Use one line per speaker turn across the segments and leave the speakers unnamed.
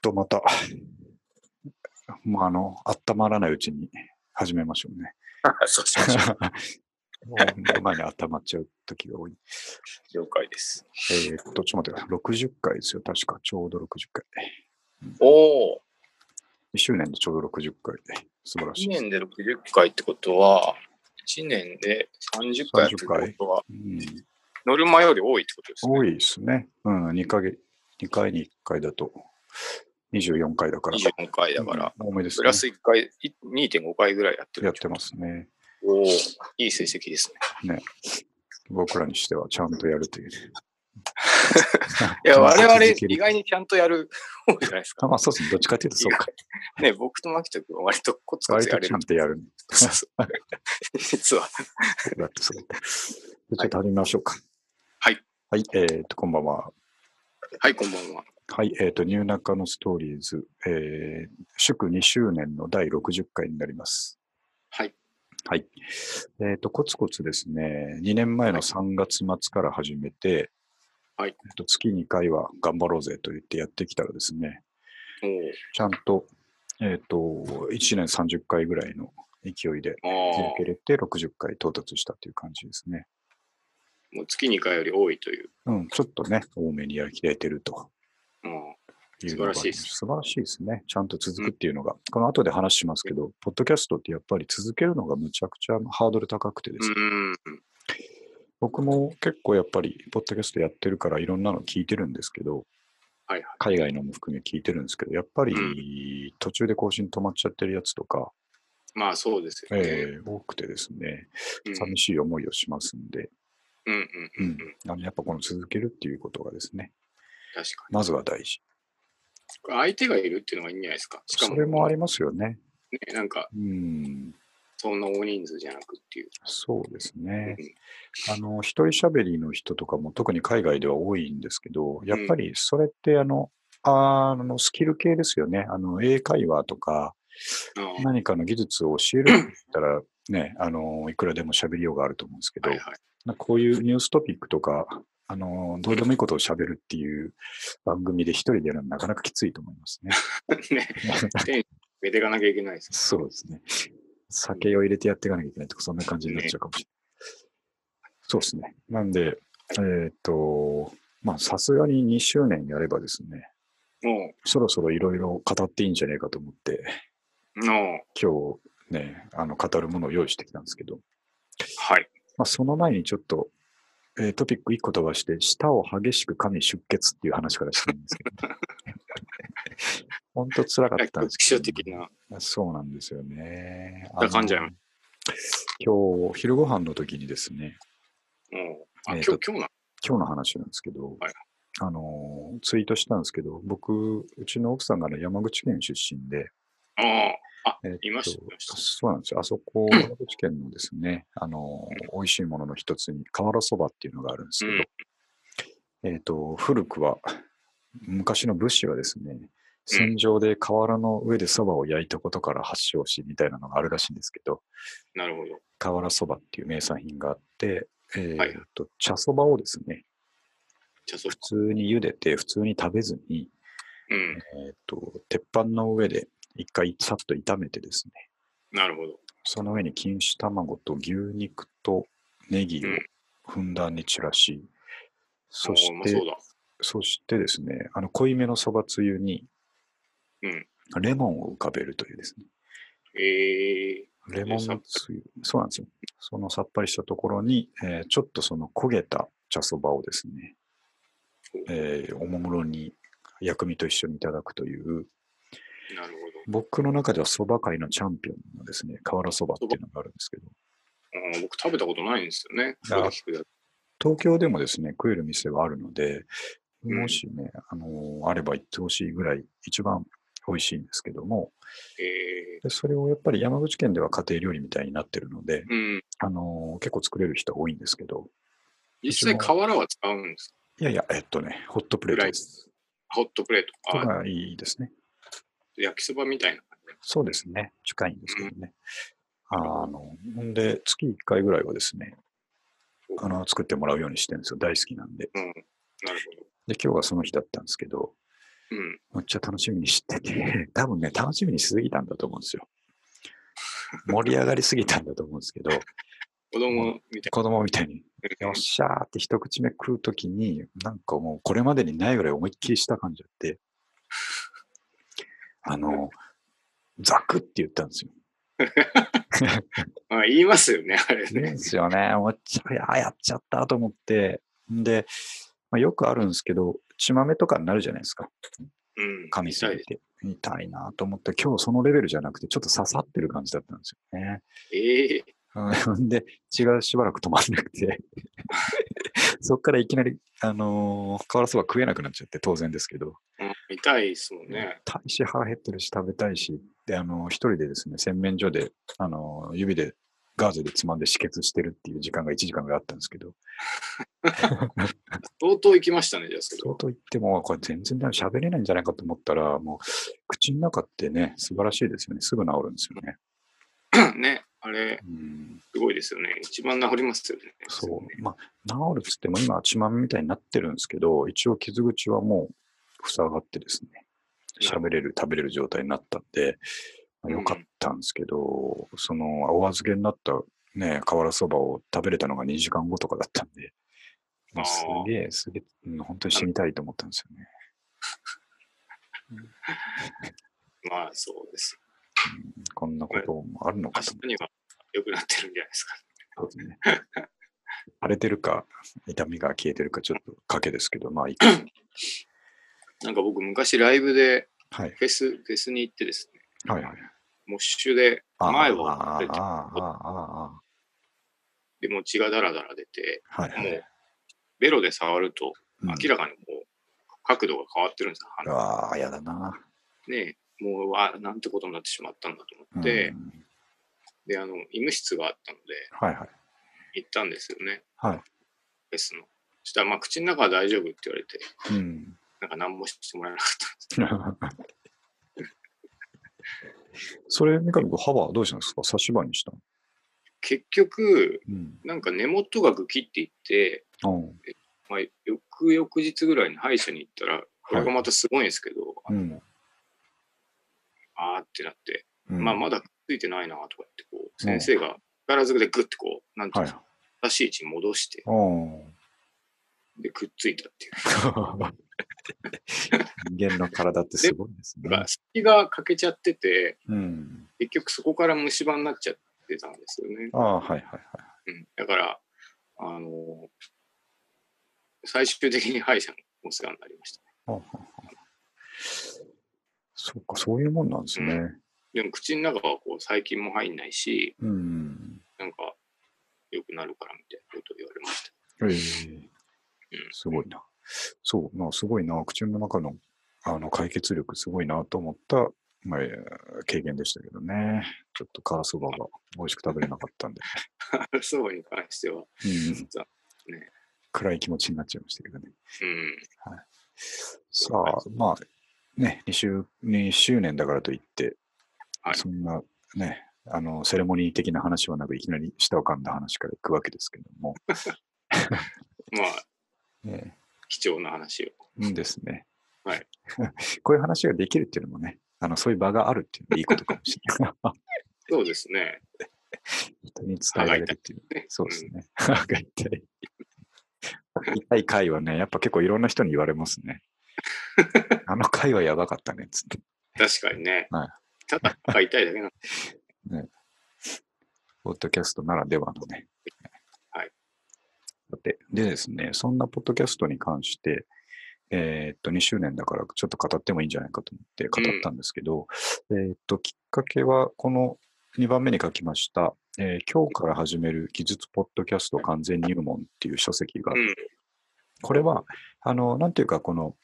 とまた、まあ、あの、温まらないうちに始めましょうね。
そうしましょ
もう前に温まっちゃう時が多い。
う。了解です。
えーっと、ちょっと待ってください。60回ですよ。確か、ちょうど60回。
おお、
1周年でちょうど60回で。素晴らし
1
い。
年で60回ってことは、1年で30回やってるってことは、
うん、
ノルマより多いってことですね。
多いですね。うん、2ヶ月、2回に1回だと、24回だから。
24回だから、
うん、多めです
プ
ね
ラ。ス1回、い2.5回ぐらいやってる
やってますね。
おお、いい成績ですね。
僕らにしてはちゃんとやるという。
い
ち
や、
ゃんと
我々、
続ける
意外にちゃんとやる方じゃないです
あ
か。
まあそうですね。どっちかというとそうか。
ね、僕と牧人君は割とコツコ
割
ツや
と
れ
ち
る
ゃん。とやる。
そうそう実は。
だってそうだったちょっと始めましょうか。
はい。
はい、えーっと、こんばんは。
はい、こんばんは。
はい、えーっと、ニューナカのストーリーズ、えー、祝2周年の第60回になります。
はい。
はい。えーっと、コツコツですね、2年前の3月末から始めて、
はい
えーっと月2回は頑張ろうぜと言ってやってきたらですね、
お
ちゃんと、えーっと、1年30回ぐらいの勢いで
お、あ
続
あ
け、れて60回到達したという感じですね。
もう月2回より多いという。
うん、ちょっとね、多めにやりきれてると
うん
いうのがあります
素晴らしいです
素晴らしいですね。ちゃんと続くっていうのが、この後で話しますけど、ポッドキャストってやっぱり続けるのがむちゃくちゃハードル高くてですね、
うん。
僕も結構やっぱり、ポッドキャストやってるから、いろんなの聞いてるんですけど、
はいはい
海外のも含め聞いてるんですけど、やっぱ
う
り途中で更新止まっちゃってるやつとか、
まあ、そうですよね。
えー多くてですね、
うん
寂しい思いをしますんで、
うんうん
う
うんうんん。
あのやっぱこの続けるっていうことがですね、
確か
まずは大事。
に。相手がいるっていうのがいいんじゃないですか。しか
そ
も、
れもありますよね。
ね、なんか、
うん
そんな大人数じゃなくっていう。
そうです
うん
ね。あの、一人喋りの人とかも特に海外では多いんですけど、やっぱりそれってあの、あの、スキル系ですよね。あの、英会話とか、
ああ
何かの技術を教えるっ て言ったら、ね、あの、いくらでも喋りようがあると思うんですけど
はい、はい。
なんかこういうニューストピックとか、あの、どうでもいいことを喋るっていう番組で一人でやるのはなかなかきついと思いますね。
ね、上でいかなきゃいけないです。
そうですね。酒を入れてやっていかなきゃいけないとか、そんな感じになっちゃうかもしれない。そうですね。なんで、えーっと、まあ、さすがに2周年やればですね、
も
そろそろいろいろ語っていいんじゃねえかと思って、
う、の、
今日ね、あの、語るものを用意してきたんですけど、
はい。
まあ、その前にちょっと、えートピック1個飛ばして、舌を激しく噛み出血っていう話からしたいんですけ ど、本当辛かったんです
気象的な。
そうなんですよね。
だから噛んじゃい
あの
ま
今日、昼ご飯の時にですね、
もう、あ、
え
今
ーと
日、今日な。
今日の話なんですけど、
はい
あのー、ツイートしたんですけど、僕、うちの奥さんが、ね、山口県出身で、
ああ、あ
えーと、
いました、いました。
そうなんですよ。あそ こ、山口県のですね、あのー、美味しいものの一つに、瓦そばっていうのがあるんですけど、えっ、と、古くは、昔の武士はですね、戦場で瓦の上でそばを焼いたことから発祥し、みたいなのがあるらしいんですけど、
なるほど。
瓦そばっていう名産品があって、え
はい
ーと茶そばをですね、
じゃあ、そ
普通に茹でて、普通に食べずに、
うん。
えー、と鉄板の上で一回さっと炒めてですね、
なるほど。
その上に錦糸卵と牛肉とネギを
うん
ふんだんに散らし、そし
ああうま
て、
そうだ。
そしてですね、あの濃いめのそばつゆに
うん。
レモンを浮かべるというですね、
ええ
レモンのつゆ、そうなんですよ。そのさっぱりしたところに、えーちょっとその焦げた茶そばをですね、えーおもむろに薬味と一緒にいただくという、
なるほど。
僕の中ではそば界のチャンピオンのですね、瓦そばっていうのがあるんですけど、
ああ僕食べたことないんですよね。
あ
そうだ聞くだけ
東京でもですね、食える店はあるので、
うん
もしね、あのーあれば行ってほしいぐらい、一番美味しいんですけども、
ええ
でそれをやっぱり山口県では家庭料理みたいになってるので、
うん。
あのー結構作れる人多いんですけど、
実際、瓦は使うんですか
いやいや、えっとね、ホットプレートです。
ホットプレート。
と
ああ、
かいいですね。
焼きそばみたいな感じ。
そうですね。近いんですけどね。あの、ほんで、月1回ぐらいはですね、あの、作ってもらうようにしてるんですよ。大好きなんで。
うん。なるほど。
で、今日はその日だったんですけど、
うん。
めっちゃ楽しみにしてて、 多分ね、楽しみにしすぎたんだと思うんですよ。盛り上がりすぎたんだと思うんですけど、
子供みたい
子供みたいに、
な。
よっしゃーって一口目食うときに、なんかもうこれまでにないぐらい思いっきりした感じあって、あの、ザクって言ったんですよ。
まあ、言いますよね、あれ
ね、で
ね。
すよね。もうちょい、あ、やっちゃったと思って。で、まあ、よくあるんですけど、血まめとかになるじゃないですか。
うん。
噛みす
痛い
ぎて。痛いなと思って、今日そのレベルじゃなくて、ちょっと刺さってる感じだったんですよね。
ええ
うん で、血がしばらく止まんなくて、 そっからいきなり、あのー、瓦そば食えなくなっちゃって、当然ですけど、
うん痛いですもんね。
大し腹減ってるし、食べたいし、で、あのー、一人でですね、洗面所で、あのー、指で、ガーゼでつまんで止血してるっていう時間が1時間ぐらいあったんですけど、
相当行きましたね、じゃあ、それ
そう
は。
と言っても、これ全然多分喋れないんじゃないかと思ったら、もう、口の中ってね、素晴らしいですよね。すぐ治るんですよね。
ね、あれ、
うん、
すごいですよね。一番治りますよね。
そう。まあ、治るっつっても、今、血まみみたいになってるんですけど、一応傷口はもう塞がってですね、喋れる、食べれる状態になったんで、まあ
うん
よかったんですけど、その、お預けになったね、瓦そばを食べれたのが2時間後とかだったんで、もうす
あー
げえ、すげえ、うん本当に死にたいと思ったんですよね。
まあ、そうです。
こんなこともあるの
明
かと
日には良くなってるんじゃないですか。
そうです ね。荒れてるか、痛みが消えてるか、ちょっと賭けですけど、まあいい か。
なんか僕、昔ライブで
はい。
フェス、フェスに行ってですね、
はいはい。
モッシュで
あー
前
あ
を
ーあ
持って
ー、あ
て、
ーあ
でもう血がダラダラ出て、
ー、はいは
もう
い。
ベロで触ると、
うん
明らかにもう角度が変わってるんですよ、
う
鼻が
わあ、やだな。
ね。もう、あなんてことになってしまったんだと思って、
うん
で、あの、医務室があったので、
はいはい。
行ったんですよね。
はい。
フェスの。そしたら、まあ、口の中は大丈夫って言われて、
うん。
なんか何もしてもらえなかったん です。
それ、三上君、歯はどうしたんですか差し歯にしたの
結局、
うん。
なんか根元がグキっていって、
うん
まあ、翌々日ぐらいに歯医者に行ったら、これがまたすごいんですけど、
うん。
あーってなって、
うん
まあ、まだくっついてないなとかってこう、先生が力ずくでグッてこう、なんていうん
は
です
い
か、。正しい位置に戻して、
うん。
で、くっついたっていう。
人間の体ってすごいです
なん
ね
か。隙が欠けちゃってて、
うん。
結局そこから虫歯になっちゃってたんですよね。
ああ、はいはいはい。
うん、だから、あのー最終的に歯医者のお世話になりました。
そうか、そういうもんなんですね。
でも口の中はこう細菌も入んないし、
うん。
なんか良くなるからみたいなことを言われました。
ええすごいな。そう、まあ、すごいな。口の中のあの解決力、すごいなと思った、まあ、えー経験でしたけどね。ちょっと辛そばが美味しく食べれなかったんで、
ハルソバに関しては、
うん
残、
暗い気持ちになっちゃいましたけどね。
うん、
さあ、まあ、ね、2周、2周年だからといって、
はい
そんなね、あの、セレモニー的な話はなく、いきなり舌を噛んだ話からいくわけですけども、
まあ、
ね、
貴重な話を。
うんですね。
はい。
こういう話ができるっていうのもね、あのそういう場があるっていうのもいいことかもしれない。
そうですね。
人に伝えられるっていう。そうですね。 歯が痛い。痛い回はね、やっぱ結構いろんな人に言われます ね。あの回はやばかったねっつって。
確かにね。
はい
ただ歯が痛いだけなんで
ポッドキャストならではのね。
はい。
さて、でですね、そんなポッドキャストに関して、えーっと、2周年だからちょっと語ってもいいんじゃないかと思って語ったんですけど、えーっと、きっかけは、この2番目に書きました、えー今日から始める技術ポッドキャスト完全入門っていう書籍が、
うん
これは、あの、なんていうか、この、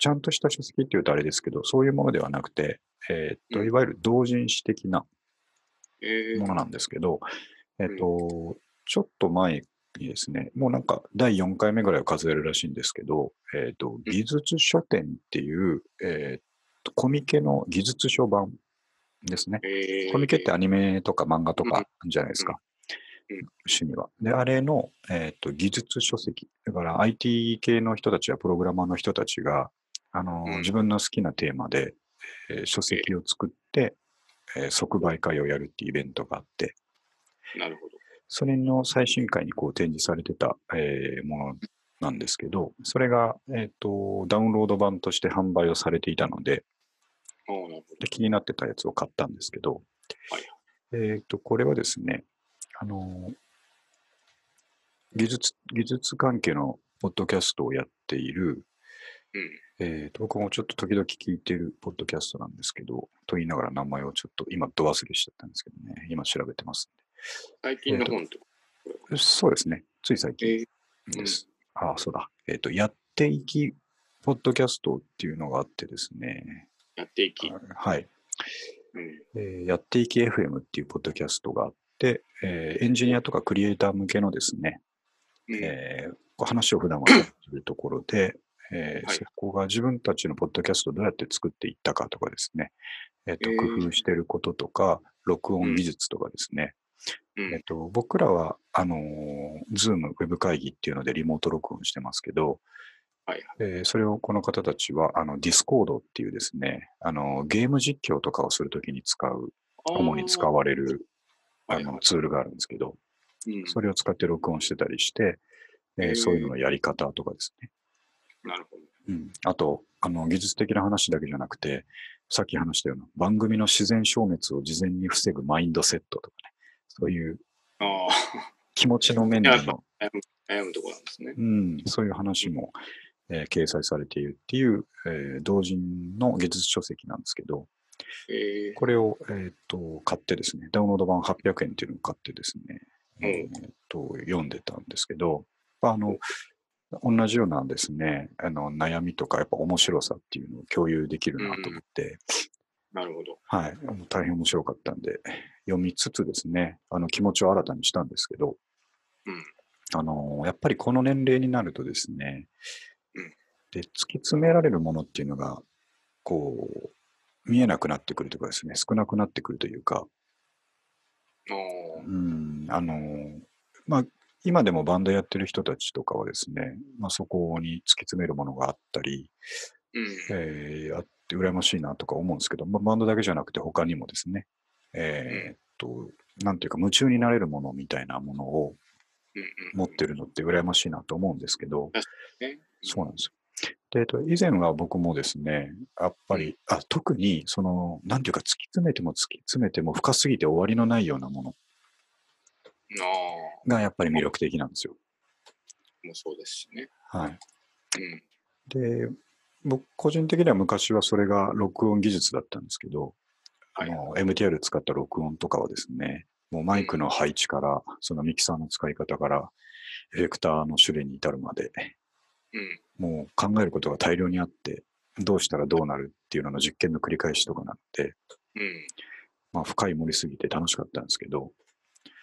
ちゃんとした書籍っていうとあれですけど、そういうものではなくて、えーっと、
うん
いわゆる同人誌的な、
え
も
ー
のなんですけど、えっ、と、ちょっと前にですね、もうなんか第4回目ぐらいを数えるらしいんですけど、えっ、と、技術書店っていう、えっ、と、コミケの技術書版ですね。
えー
コミケってアニメとか漫画とかじゃないですか
うんうん。
趣味は。で、あれの、えっと技術書籍。だから IT 系の人たちやプログラマーの人たちが、あの、
うん
自分の好きなテーマで、えー書籍を作って、えー即売会をやるっていうイベントがあって、
なるほど。
それの最新回にこう展示されてた、えーものなんですけど、それが、えっ、と、ダウンロード版として販売をされていたので、
ああ、なるほ
で気になってたやつを買ったんですけど、
はい
えっ、と、これはですね、あのー技術、技術関係のポッドキャストをやっている、
ど。うん。
えーと、僕もちょっと時々聞いてるポッドキャストなんですけど、と言いながら名前をちょっと今、ど忘れしちゃったんですけどね、今調べてます
最近の本とか。
んで。そうですね、つい最近
え
です。ああ、そうだ。えっ、と、やっていきポッドキャストっていうのがあってですね、
やっていき。う
はい。
ん。
えーやっていき FM っていうポッドキャストがあって、えーエンジニアとかクリエイター向けのですね、
うん
えーこう話を普段はやっているところで、えー
はい
そこが自分たちのポッドキャストをどうやって作っていったかとかですね、えーと
えー
工夫していることとか、録音技術とかですね、
うん
えっと、僕らは、あのー、Zoom ウェブ会議っていうのでリモート録音してますけど、
はい
えーそれをこの方たちは、あの、Discord っていうですね、あの、ゲーム実況とかをするときに使う、主に使われる、
あー
あ
はいは
の、
い
ツールがあるんですけど、
うん
それを使って録音してたりして、えー
へー
そういうののやり方とかですね。
なるほど。
うん、あと、あの、技術的な話だけじゃなくて、さっき話したような、番組の自然消滅を事前に防ぐマインドセットとかね、そういう
あ
気持ちの面で
いや
の、
あ、悩むところなんですね。
うん、そういう話も、えー掲載されているっていう、えー同人の技術書籍なんですけど、
え
これを、えーっと買ってですね、ダウンロード版800円っていうのを買ってですね、
うん
えーっと読んでたんですけど、まああの同じようなですねあの悩みとか、やっぱ面白さっていうのを共有できるなと思って、
ー、なるほど。
はい、あの大変面白かったんで、読みつつですね、あの気持ちを新たにしたんですけど、
うん
あのやっぱりこの年齢になるとですね、
うん
で突き詰められるものっていうのが、こう、見えなくなってくるというかですね、少なくなってくるというか、
あ
う
あ、
ん、あのまあ、今でもバンドやってる人たちとかはですね、まあ、そこに突き詰めるものがあったり、
うん。
えーあって羨ましいなとか思うんですけど、まあ、バンドだけじゃなくて他にもですね、えーっと、なんていうか夢中になれるものみたいなものを
うんうん、
持ってるのって羨ましいなと思うんですけど、
ね。
そうなんですよ。で、えっと、以前は僕もですね、やっぱり、あ特に、その、なんていうか、突き詰めても突き詰めても深すぎて終わりのないようなもの
ああ、
がやっぱり魅力的なんですよ。
もうそうですしね。
はい。
うん。
で、僕、個人的には昔はそれが録音技術だったんですけど、
はい
あの MTR 使った録音とかはですね、もうマイクの配置から、そのミキサーの使い方から、エフェクターの種類に至るまで、
うん。
もう考えることが大量にあって、どうしたらどうなるっていうのの実験の繰り返しとかなので、
うん。
まあ、深い盛りすぎて楽しかったんですけど、
はい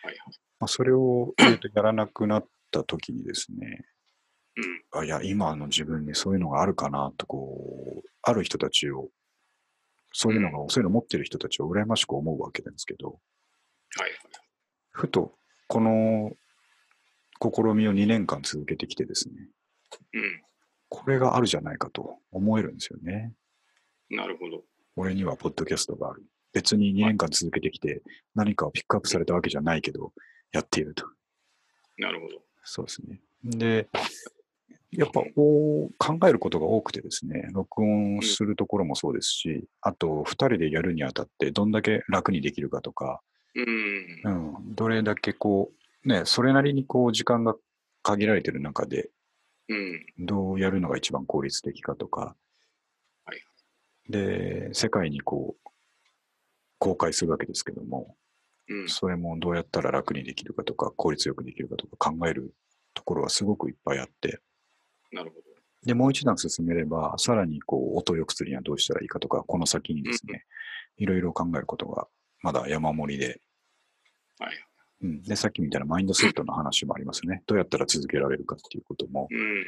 はい
まあ、それを、えーとやらなくなった時にですね、
うん。
あいや、今の自分にそういうのがあるかなと、こう、ある人たちを、そういうのが、そういうの持ってる人たちを羨ましく思うわけなんですけど、
はいはい。
ふと、この試みを2年間続けてきてですね、
う
これがあるじゃないかと思えるんですよね。
ん。なるほど。
俺にはポッドキャストがある。別に2年間続けてきて、何かをピックアップされたわけじゃないけど、やっていると。
なるほど。
そうですね。で、やっぱお考えることが多くてですね、録音するところもそうですし、あと2人でやるにあたってどんだけ楽にできるかとか、
うん。
うん、どれだけこう、ね、それなりにこう時間が限られてる中で、
うん。
どうやるのが一番効率的かとか、
はい
で、世界にこう、公開するわけですけども、
うん。
それもどうやったら楽にできるかとか、効率よくできるかとか考えるところはすごくいっぱいあって、
なるほ
で、もう一段進めれば、さらにこう、音を良くするにはどうしたらいいかとか、この先にですね、いろいろ考えることが、まだ山盛りで、
ど。はい。
うん。で、さっきみたいなマインドセットの話もありますね。どうやったら続けられるかっていうことも、
うん。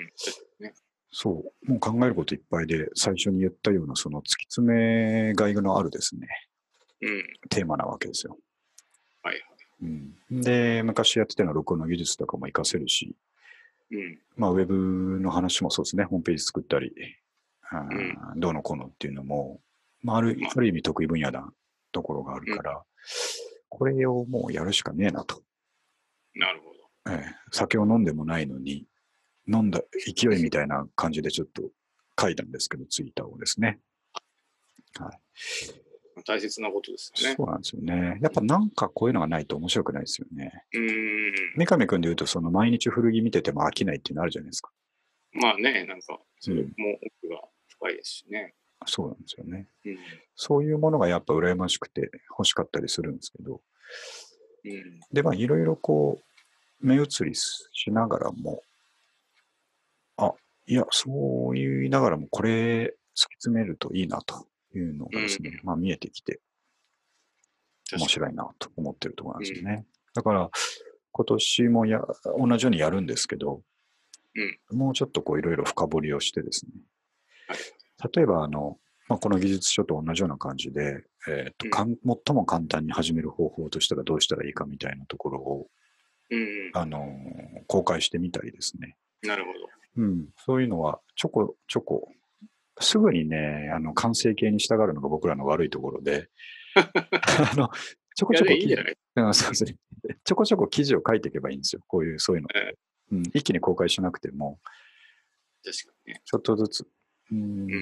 そう、もう考えることいっぱいで、最初に言ったような、その突き詰めがいのあるですね、
うん。
テーマなわけですよ。
はいはい。
うん。で、昔やってたのは録音の技術とかも活かせるし、
うん。
まあ、ウェブの話もそうですね、ホームページ作ったり、あー
うん
どうのこうのっていうのも、まあ、ある
まあ
ある意味得意分野なところがあるから、これをもうやるしかねえなと、
なるほど。
ええ酒を飲んでもないのに、飲んだ勢いみたいな感じでちょっと書いたんですけど、ツイッターをですね。はい、
大切なことですよね。
そうなんですよね。やっぱなんかこういうのがないと面白くないですよね。
うーん。
三上君で言うと、その毎日古着見てても飽きないっていうのあるじゃないですか。
まあね、なんか、それ
うん
も奥が深いですしね。
そうなんですよね。
うん。
そういうものがやっぱ羨ましくて欲しかったりするんですけど、
うん。
で、まあ、いろいろこう、目移りしながらも、あ、いや、そう言いながらも、これ、突き詰めるといいなというのがですね、
うん
まあ、見えてきて、面
確か
白いなと思ってるところなんですよね。だから、今年もや、同じようにやるんですけど、もうちょっとこう、いろいろ深掘りをしてですね、
はい
例えば、あの、まあ、この技術書と同じような感じで、えーとかん最も簡単に始める方法としたらどうしたらいいかみたいなところを
に。うん。
あのー公開してみたりですね、
なるほど。
うん、そういうのはちょこちょこすぐにねあの完成形に従うのが僕らの悪いところ であのちょこ
い
ち
や、
ょこ
でいいんじゃない
うんそうですねちょこちょこ記事を書いていけばいいんですよこういうそういうの、
え
うん、一気に公開しなくても
確かにね。
ちょっとずつうん
う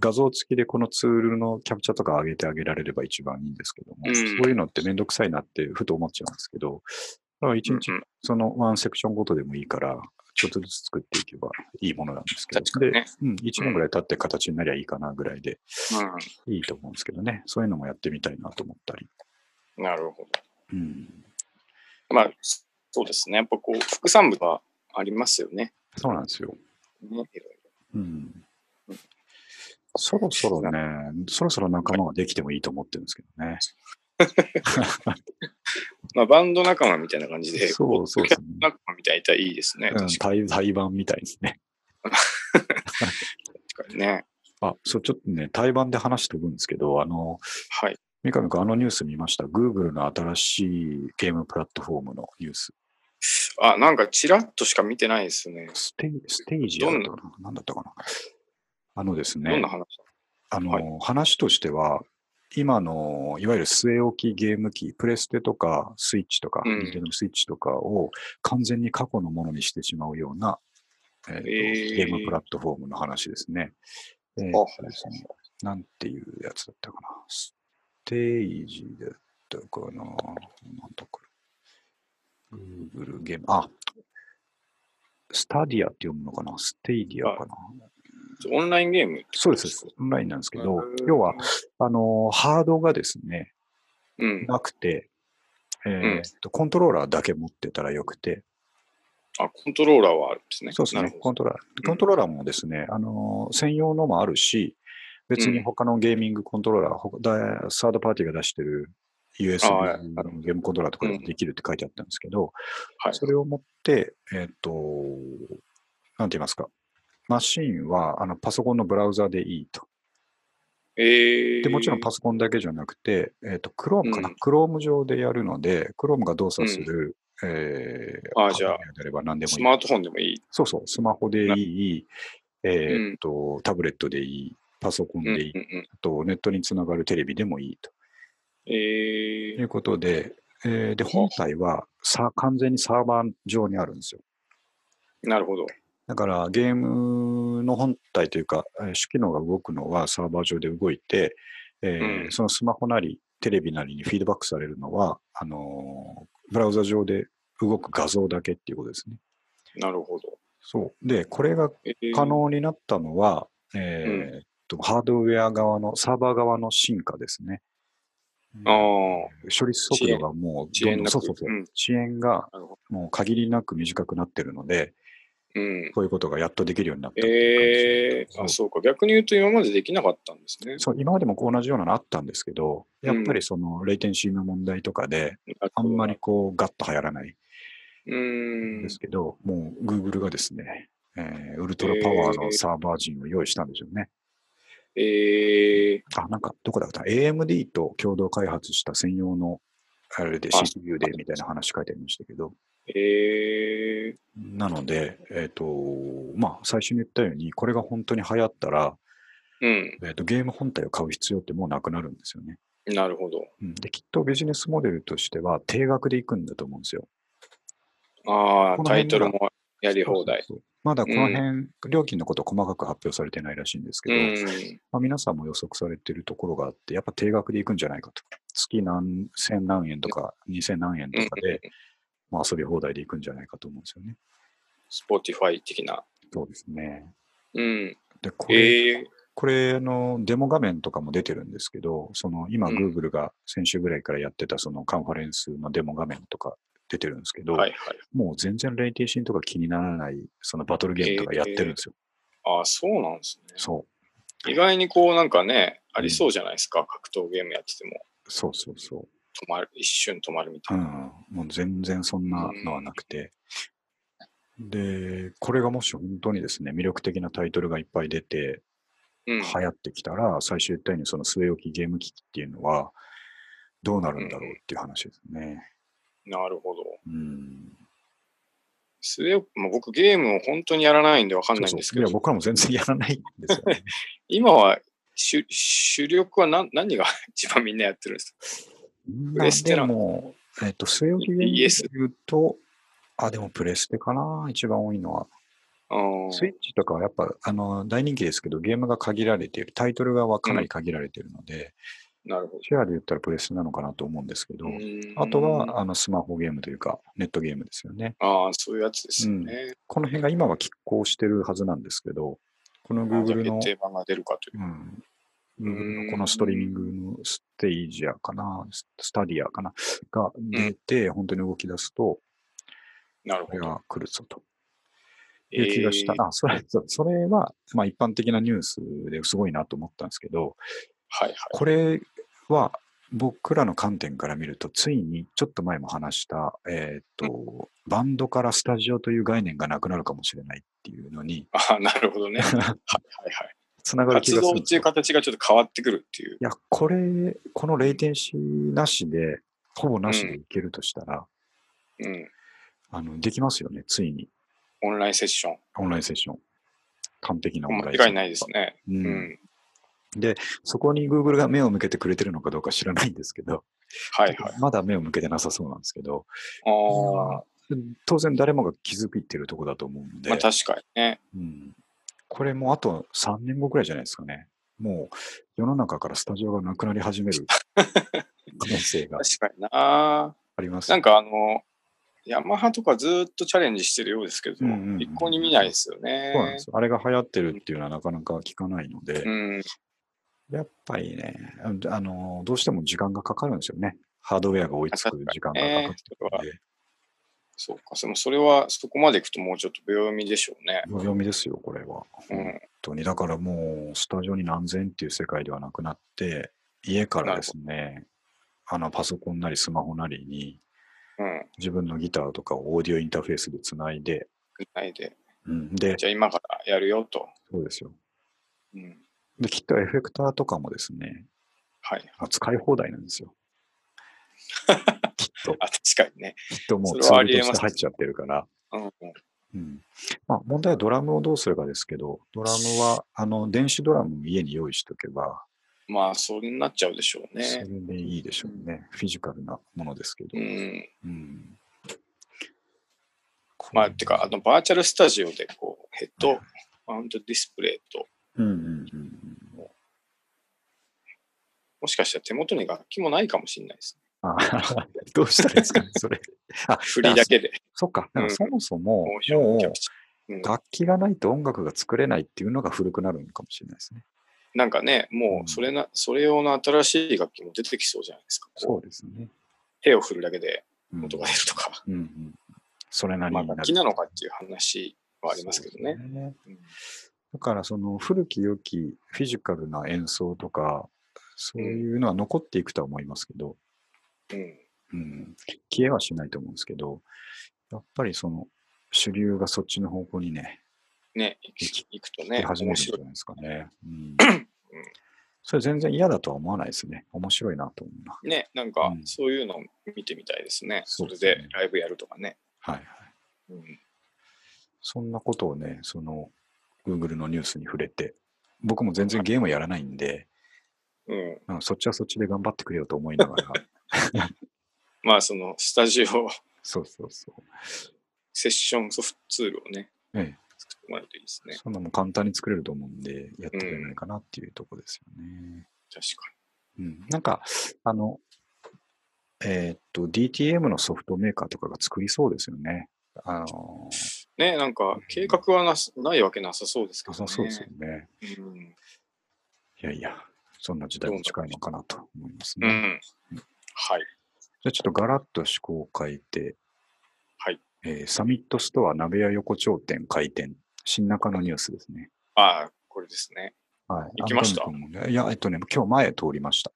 画像付きでこのツールのキャプチャーとか上げてあげられれば一番いいんですけども、
うん
そういうのってめんどくさいなってふと思っちゃうんですけど、だから一日
うんうん
そのワンセクションごとでもいいから、ちょっとずつ作っていけばいいものなんですけど、
確かにね
で、うん、1年ぐらい経って形になりゃいいかなぐらいでいいと思うんですけどね、そういうのもやってみたいなと思ったり。
うん。なるほ
うん、
ど。まあ、そうですね。やっぱこう、副産物がありますよね。
そうなんですよ。
ね、いろい
うん、そろそろね、そろそろ仲間ができてもいいと思ってるんですけどね。
ろ。まあ、バンド仲間みたいな感じで、
そうそうですね。
仲間みたいな、いいですね。
うん
確
対対バンみたいですね。
かにね。
あ、そう、ちょっとね、対バンで話飛ぶんですけど、あの、
はい。
三上君、あのニュース見ました ?Google の新しいゲームプラットフォームのニュース。
あ、なんか、ちらっとしか見てないですね。
ステイステージやったかななんだったかなあのです
どん
ね
な、話
あの、
は
話としては、今のいわゆる据え置きゲーム機、プレステとかスイッチとか、
うん
ニンテンドースイッチとかを完全に過去のものにしてしまうような、えーと
えー
ゲームプラットフォームの話ですね。えー
あ
とですねなんていうやつだったかな。ステージだったかな。なんだこれ。Google ゲーム。あ、スタディアって読むのかな。ステイディアかな。
オンラインゲームって
そうですそうです。オンラインなんですけど
う、ん
要は、あの、ハードがですね、
うん。
なくて、え
ん
ーっと、コントローラーだけ持ってたらよくて、
あ、コントローラーはあるんですね。
そうです
な
ね
る、
コ
ほど
ントローラー。コントローラーもですね、あの、専用のもあるし、別に他のゲーミングコントローラー、ほかだサードパーティーが出してる USB
あはい
のゲームコントローラーとかでもできるって書いてあったんですけど、
はい。
それを持って、えーっと、なんて言いますか、マシンはあのパソコンのブラウザでいいと。
えー、
でもちろんパソコンだけじゃなくて、えっと Chrome かな、
うん
Chrome 上でやるので、Chrome が動作する、えー、
あじゃあ
ハードウェアであれば何でも
ス
いい。
マートフォンでもいい。
そうそう、スマホでいい、え
う
っとタブレットでいい、パソコン
うんうん
でいい、
うん、
あとネットにつながるテレビでもいいと
え
い
ー、
うことで、えーで本体はさ完全にサーバー上にあるんですよ。
なるほど。
だからゲームの本体というか、えー主機能が動くのはサーバー上で動いて、えー
うん
そのスマホなりテレビなりにフィードバックされるのは、あのーブラウザ上で動く画像だけっていうことですね。
なるほど。
そう。で、これが
えー
可能になったのは、えーっとハードウェア側の、サーバー側の進化ですね。
ああ、
処理速度がもう
遅
どん
延
どん、
なく
そうそうそう
うん
遅延が
なるほど。
もう限りなく短くなってるので、
うん。
こういうことがやっとできるようになったっていう感じ
え
です
ー、あ、そうか。逆に言うと今までできなかったんですね。
そう今までもこう同じようなのあったんですけど、やっぱりそのレイテンシーの問題とかで、あんまり。こうガッと流行らない
うん
んです。けど、もう Google がですね、えーウルトラパワーのサーバー陣を用意したんでしょうね。
えー、
あ、なんかどこだった ?AMD と共同開発した専用のあれで
あ
CPU でみたいな話書いてありましたけど、
えー、
なので、えっ、と、まあ最初に言ったように、これが本当に流行ったら、
うん。
えーとゲーム本体を買う必要ってもうなくなるんですよね。
なるほど。
うんできっとビジネスモデルとしては定額でいくんだと思うんですよ。こ
ああ、
の辺が
タイトルもやり放題。
そうそうそうまだこの辺、料金のこと細かく発表されてないらしいんですけ
う
ど、
ん。
まあ、皆さんも予測されてるところがあって、やっぱ定額でいくんじゃないかと。月何千何円とか二千何円とかで、まあ、遊び放題でいくんじゃないかと思うんですよね。
スポティファイ的な。
そうですね。
うん。
で、これ、
ええ
これあのデモ画面とかも出てるんですけど、その今、
うん
Google が先週ぐらいからやってたそのカンファレンスのデモ画面とか出てるんですけど、
はいはい。
もう全然レイテンシーとか気にならない、そのバトルゲームとかやってるんですよ。
ああ、そうなんですね。
そう。
意外にこうなんかね、ありそうじゃないですか、格闘ゲームやってても
そうそうそ
止まる、一瞬止まるみ
う。
た
う
い
ん
な。。
もう全然そんなのはなくて。で、これがもし本当にですね、魅力的なタイトルがいっぱい出て、
うん。
流行ってきたら、最終的にその据え置きゲーム機器っていうのは、どうなるんだろうっていう話ですね。
なるほど。
うん。
末尾もう僕ゲームを本当にやらないんでわかんないんですけど、
そうそういや、僕らも全然やらないんですよ ね。
今は主主力は何何が 一番みんなやってるんですか
プ
プレステなの
も、えっ、と、据え置きゲーム機で言うと、あ、でもプレステかな、一番多いのは。
あー
スイッチとかはやっぱ、あの、大人気ですけど、ゲームが限られている、タイトルがはかなり限られているので、
なるほ
シェアで言ったらプレステなのかなと思うんですけど、
ど。うーん
あとは、あの、スマホゲームというか、ネットゲームですよね。
ああ、そういうやつですよね。
この辺が今は拮抗してるはずなんですけど、この
あーじゃあ
Google の
決、定版が出るかという。
うん、Google のこのストリーミングのステージアかな、ススタディアかな、が出て、本当に動き出すと、
なる
こ
ほ
れ
ど。
が来るぞという気がした。あ、それ、そうそれは、まあ一般的なニュースですごいなと思ったんですけど、
はいはい。
これは僕らの観点から見ると、ついにちょっと前も話した、えっ、と、バンドからスタジオという概念がなくなるかもしれないっていうのに、
ああ、なるほ どね。はいはいはい。
つながる気
活
がす
動
るんで
っ
す
ていう
よ。
形がちょっと変わってくるっていう。
いや、これ、このレイテンシーなしで、ほぼなしでいけるとしたら、
うん。
あの、できますよね、ついに。
オンラインセッション。
オンラインセッション。完璧なオンラインセッション。
間違いないですね。
う。
うんん。
そこに Google が目を向けてくれてるのかどうか知らないんですけど、
はいはい。
まだ目を向けてなさそうなんですけど、
ああ、
当然誰もが気づいてるとこだと思うんで、
まあ確かにね。
うん、これもうあと3年後くらいじゃないですかね。もう世の中からスタジオがなくなり始 める可能性が
確かにな。
あります。
なんかあの、ヤマハとかずっとチャレンジしてるようですけど、
うんうんうん
一向に見ないですよ
そうなん
ね
で。すよあれが流行ってるっていうのはなかなか聞かないので、
うん、
やっぱりね、あの、どうしても時間がかかるんですよね。ハードウェアが追いつく時間がかかってくるんで、
そうか、そのそれはそこまでいくともうちょっと秒読みでしょうね。
秒読みですよ、これは。
うん、
本当にだからもうスタジオに何千っていう世界ではなくなって家からですねあのパソコンなりスマホなりに
うん、
自分のギターとかをオーディオインターフェースでつないで、
ないで。
うん、で
じゃあ今からやるよと。
そうですよ
うん、
できっとエフェクターとかもですね
はい。
あ使い放題なんですよきっと
あ、確かにね。
きっともうツ
それ
ー
はあ
ル
り
と
え
し
ま
て
す
入っちゃってるから
うん、うん
うんまあ、問題はドラムをどうするかですけど、ドラムはあの電子ドラムを家に用意しておけば、
まあ、そうなっちゃうでしょう
それ
ね。
でいいでしょうね、フィジカルなものですけど
う。ん、
うん
まあ、てか、あ、の、バーチャルスタジオで、こう、ヘッドマウントディスプレイと、
うんうんうん
もしかしたら手元に楽器もないかもしれないですね。
うん、あ どうしたらいいですかね、そ れ。あ、
振りだけで。
そっか、だからそもそも、
モーション
もう
キャプチャーうん
楽器がないと音楽が作れないっていうのが古くなるのかもしれないですね。
なんかね、
う
も
ん
うそれな、それ用の新しい楽器も出てきそうじゃないですか。こう
そうですね。
手を振るだけで
うん
音が出るとか、
うんうん、それなり
まあ
になる
楽器なのかっていう話はありますけどね。
そうですねだからその古き良きフィジカルな演奏とか、そういうのは残っていくとは思いますけど、
うん
うん、消えはしないと思うんですけど、やっぱりその主流がそっちの方向にね、
ね、行く行くと
出
ね、
始める
面
んじゃ
白い。
ないですかね。うん、それ全然嫌だとは思わないですね。面白いなと思うな。
ね、なん
う
か
ん
そういうのを見てみたいですね。
そ
そう
で
れ
すね
でライブやるとかね。
はいはい。
うん
そんなことをね、その Google のニュースに触れて、僕も全然ゲームやらないんで、
うん。
うんそっちはそっちで頑張ってくれよと思いなが ら、
まあ、その、スタジオ、
そうそうそう。
セッションソフトツールをね、
え
作ってもらえるといいです
え、
ね。
そんなもん簡単に作れると思うんで、やってくれないかなっていうとこですよね。
確か
うん、なんか、あの、えーっと、DTM のソフトメーカーとかが作りそうですよね。あの、
に。ね、なんか、計画はなすないわけなさそうですけ
良
どね。
さそうですよね。
うん。
いやいや、そんな時代も近いのかなと思います
う
ね。
ん。はい。
じゃあちょっとガラッと思考を変えて、
はい
えーサミットストア鍋屋横丁店開店、新中のニュースですね。
ああ、これですね。
はい、
行きました
あの富野君もねいや、えっとね、今日前通りました。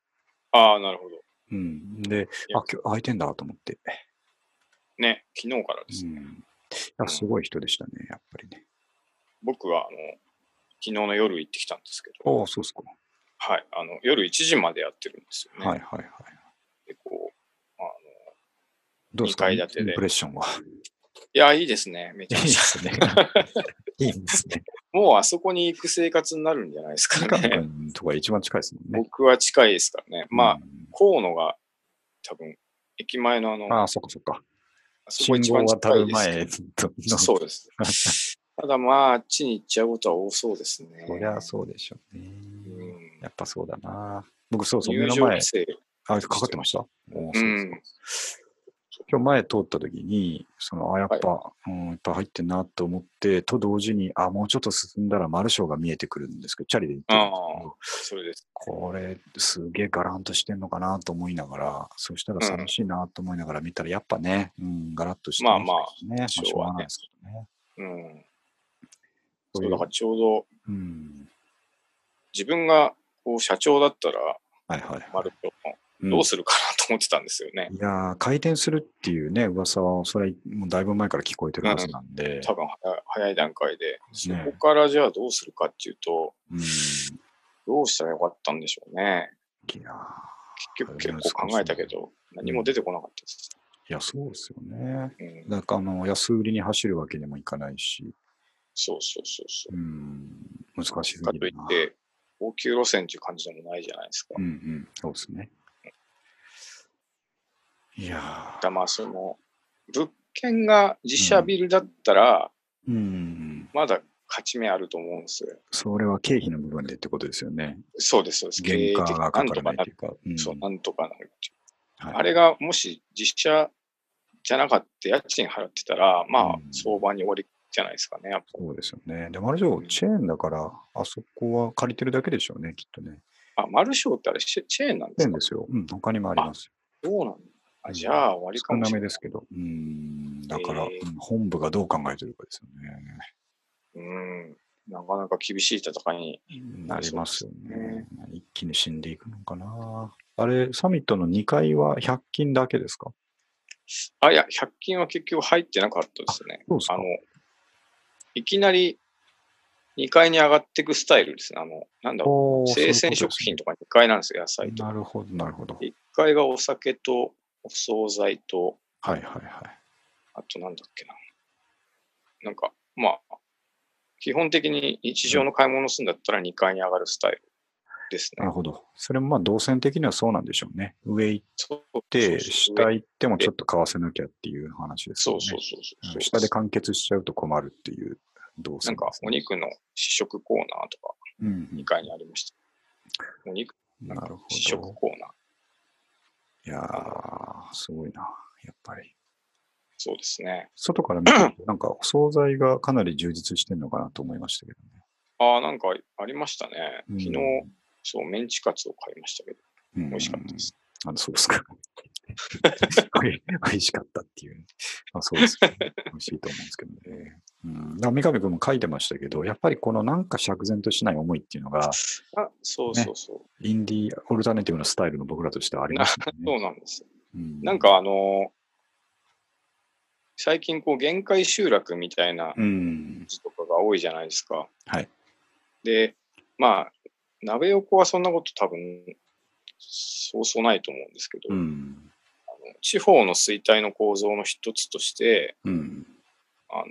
ああ、なるほど。
うん、で、
いや
あ、今日開いてんだと思って。
ね、昨日からです
う
ね。
ん、いやすごい人でしたね、やっぱりね。
僕は、あの、昨日の夜行ってきたんですけど、
ああ、そうっすか。
はい。あの、夜1時までやってるんですよね。
はいはいはい。
で、こう、あの、
どうですか
二階建てで
インプレッションは。
いや、いいですね。めち
い
ゃ
い
め
で
ちゃ。
すね。 いいですね。
もうあそこに行く生活になるんじゃないですか
中野
ね。
君とか一番近いですもんね。
僕は近いですからね。まあ、
うん
河野が多分、駅前のあの、
ああ、そっかそっか。
あそこ
信
一
号
番
渡
近
る
いです
前
け
ずっと
ど。そ うです。ただまあ、あっちに行っちゃうことは多そうですね。
そりゃそうでしょうね。
うん
やっぱそうだな。僕、そうそう、目
入
の
場
前
規、制。。
あ、かかってましたおーそううそうん今日前通った時に、その、あ、やっぱ、うん、いっぱい入ってんなと思って、と同時に、あ、もうちょっと進んだらマルショーが見えてくるんですけど、チャリで行ってるんですけ
あ
ど、
それです。
これ、すげえガランとしてんのかなと思いながら、そしたら寂しいなと思いながら見たら、やっぱね、うん、ガラッとして
まあまあ
ね、まあ、しょうがないですけどね。
うん。
そう
そ
いう
う、だからちょうど
うん。
自分がこう社長だったら、
はいはい。
マルコ
ん
どうするかなと思ってたんですよね。
いやー、回転するっていうね、噂は、それ、もうだいぶ前から聞こえてるはずなんで、
多分は早い段階で、そ
ね
こからじゃあどうするかっていうと、
うん、い
どうしたらよかったんでしょうね。
やー
結局結構考えたけど、何も出てこなかったです。
いや、そうですよね。
うん、
だから、あの、安売りに走るわけにもいかないし、
そうそうそうそうう。
ん、難しす
か
ぎ
とい
るな
っ。て、高級路線っていう感じでもないじゃないですか。
うんうん、そうですね。いや
だ
ー、
まあその、物件が自社ビルだったら、
うん、
まだ勝ち目あると思うんですよ。
それは経費の部分でってことですよね。
そうです、そうです。
原
経営的
価
にな
が
ん
かか
と
ら
か
ない
な
とい
る。
うか、うん
そう、なんとかなるっていう。
はい
あれがもし実社じゃなかった家賃払ってたら、まあ
うん、
相場に終わりじゃないですかね。やっぱ
そうですよね。で、マルショーチェーンだから、あそこは借りてるだけでしょうね、きっとね。
あ、マルショーってあれチェチェーンなんで
チェ
す
ーン
か
ですよ。うん、他にもありますよ。
どうなん
うん
あ、じゃあ終わりか
少
も
な
し
め
れ
で
ない。
すけど。うん、だから、
え
うん
ー
本部がどう考えてるかですよ
うん。なかなか厳しい戦いに。
ね。なりますよね
ね。
一気に死んでいくのかな。あれ、サミットの2階は100均だけですか
あ、いや、100均は結局入ってなかったですね。
そうです
あ
か
の、いきなり2階に上がっていくスタイルですね。あの、なんだろ
お
う、
ー
生鮮食品とか2階なんですよ、野菜と
な
か。
るほど、なるほど。
1階がお酒とお惣菜と、
はいはいはい。
あとなんだっけな。なんか、まあ、基本的に日常の買い物するんだったら2階に上がるスタイルです
な
ね。
るほど。それもまあ、動線的にはそうなんでしょうね。上行っ
そう
て、
そう
下行ってもちょっと買わせなきゃっていう話ですよ
そ
ね。
うそうそうそうそう
うん下で完結しちゃうと困るっていう動
な
線
んか、お肉の試食コーナーとか
うん
2階にありました。お肉
なるほ
試食
ど。
コーナー。
いやー、すごいな、やっぱり。
そうですね。
外から見 ると、なんか、お惣菜がかなり充実してるのかなと思いましたけどね。
ああ、なんかありましたね。
うん
昨日、そう、メンチカツを買いましたけど、
うん
美味しかったで。す。
あのそうです か。はい美味しかったっていう。まあ、そうです、ね。美味しいと思うんですけどね。うん、だから三上君も書いてましたけど、やっぱりこのなんか釈然としない思いっていうのが、
あ、そうそうそう。
インディーオルタネティブのスタイルの僕らとしてはありますよ
そ
ね。
うなんです。
うん
なん、かあのー最近こう限界集落みたいな
うん、
字とかが多いじゃないですか。
はい。
で、まあ、鍋横はそんなこと多分、そうそうないと思うんですけど、
うん、
地方の衰退の構造の一つとして、
うん、
あのー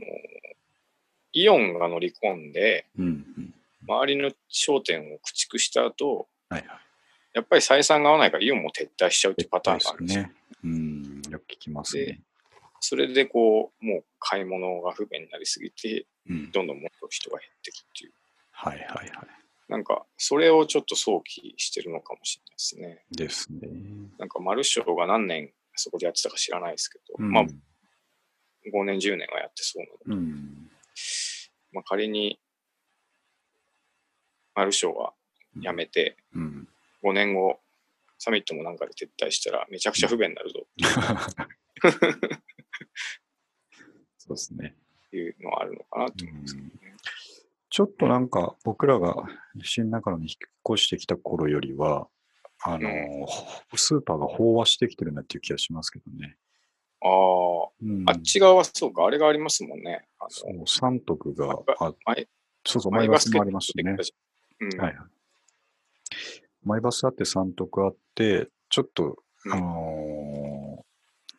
イオンが乗り込んで、
うん、うん
周りの商店を駆逐した後、
はいはい。
やっぱり採算が合わないからイオンも撤退しちゃうっていうパターンがあるん
で
ですすよ。
ね。うん、よく聞きますね。
それでこう、もう買い物が不便になりすぎて、
うん。
どんどんもっと人が減っていくっていう。
はいはいはい。
なんか、それをちょっと想起してるのかもしれないですね。
ですね。
なんか、マルショーが何年そこでやってたか知らないですけど、
うん
まあ、5年、10年はやってそうなので、
うん。
まあ、仮に、マルショーが辞めて、
うん。
5年後、サミットもなんかで撤退したら、めちゃくちゃ不便になるぞ
そうですね。
っていうのはあるのかなと思うんですけどね。
ちょっとなんか僕らが新中野に引っ越してきた頃よりは、あの
う
スーパーが飽和してきてるなっていう気がしますけどね。
ああ、
うん
あっち側はそうか、あれがありますもんね。あ
そう、3徳があ
マイ、
そうそう、
の
マイバスもありましたね
マイバ。スケットできたじゃんうん
はいはい。マイバスあって3徳あって、ちょっと、
うん
あのー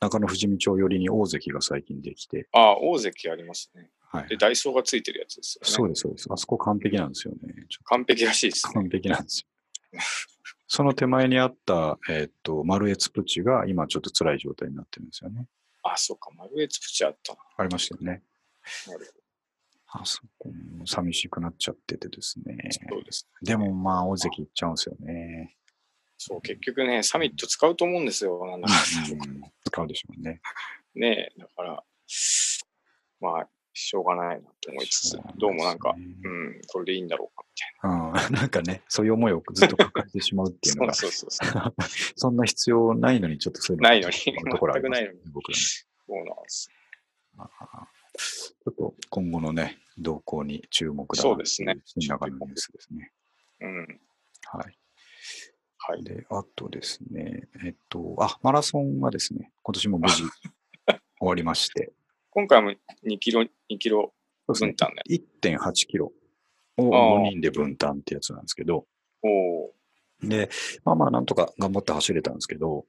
中野富士見町寄りに大関が最近できて、
ああ、大関ありますね。
はい
で、ダイソーがついてるやつですよね。
そうです、そうです。あそこ完璧なんですよね。ちょ
完璧らしいです
っと
ね。
完璧なんですよ。 その手前にあった、えーっと、マルエツプチが今ちょっと辛い状態になってるんですよね。
あ、そうか、マルエツプチあった
ありましたよね。
な。なる
あそこも寂しくなっちゃっててですね。
ほど。そうです。
でもまあ、大関行っちゃうんですよね。
そう、結局ね、サミット使うと思うんですよ。なんだかんだ
うん使うでしょうね。
ねえだから、まあ、しょうがないなと思いつつ、どうもなんか、うん、これでいいんだろうか、みたい
うん。 なんかね、そういう思いをずっと抱えてしまうっていうの
な。
が、
そうそうそうそう。
そんな必要ないのに、ちょっとそういうの
ないのに、全
ところあり
く
ます
ない
ね
のに。
僕らね
そうなんです。
まあちょっと今後のね、動向に注目だ
そうですね
新中のニュースですね。
うん。
はい。
はい。
で、あとですね、えっと、あ、マラソンはですね、今年も 無事終わりまして、
今回も2キロ、2キロ
そうです
分
ね
担ね。
1.8キロを
あー
5人で分担ってやつなんですけど、
おお
で、まあまあ、なんとか頑張って走れたんですけど、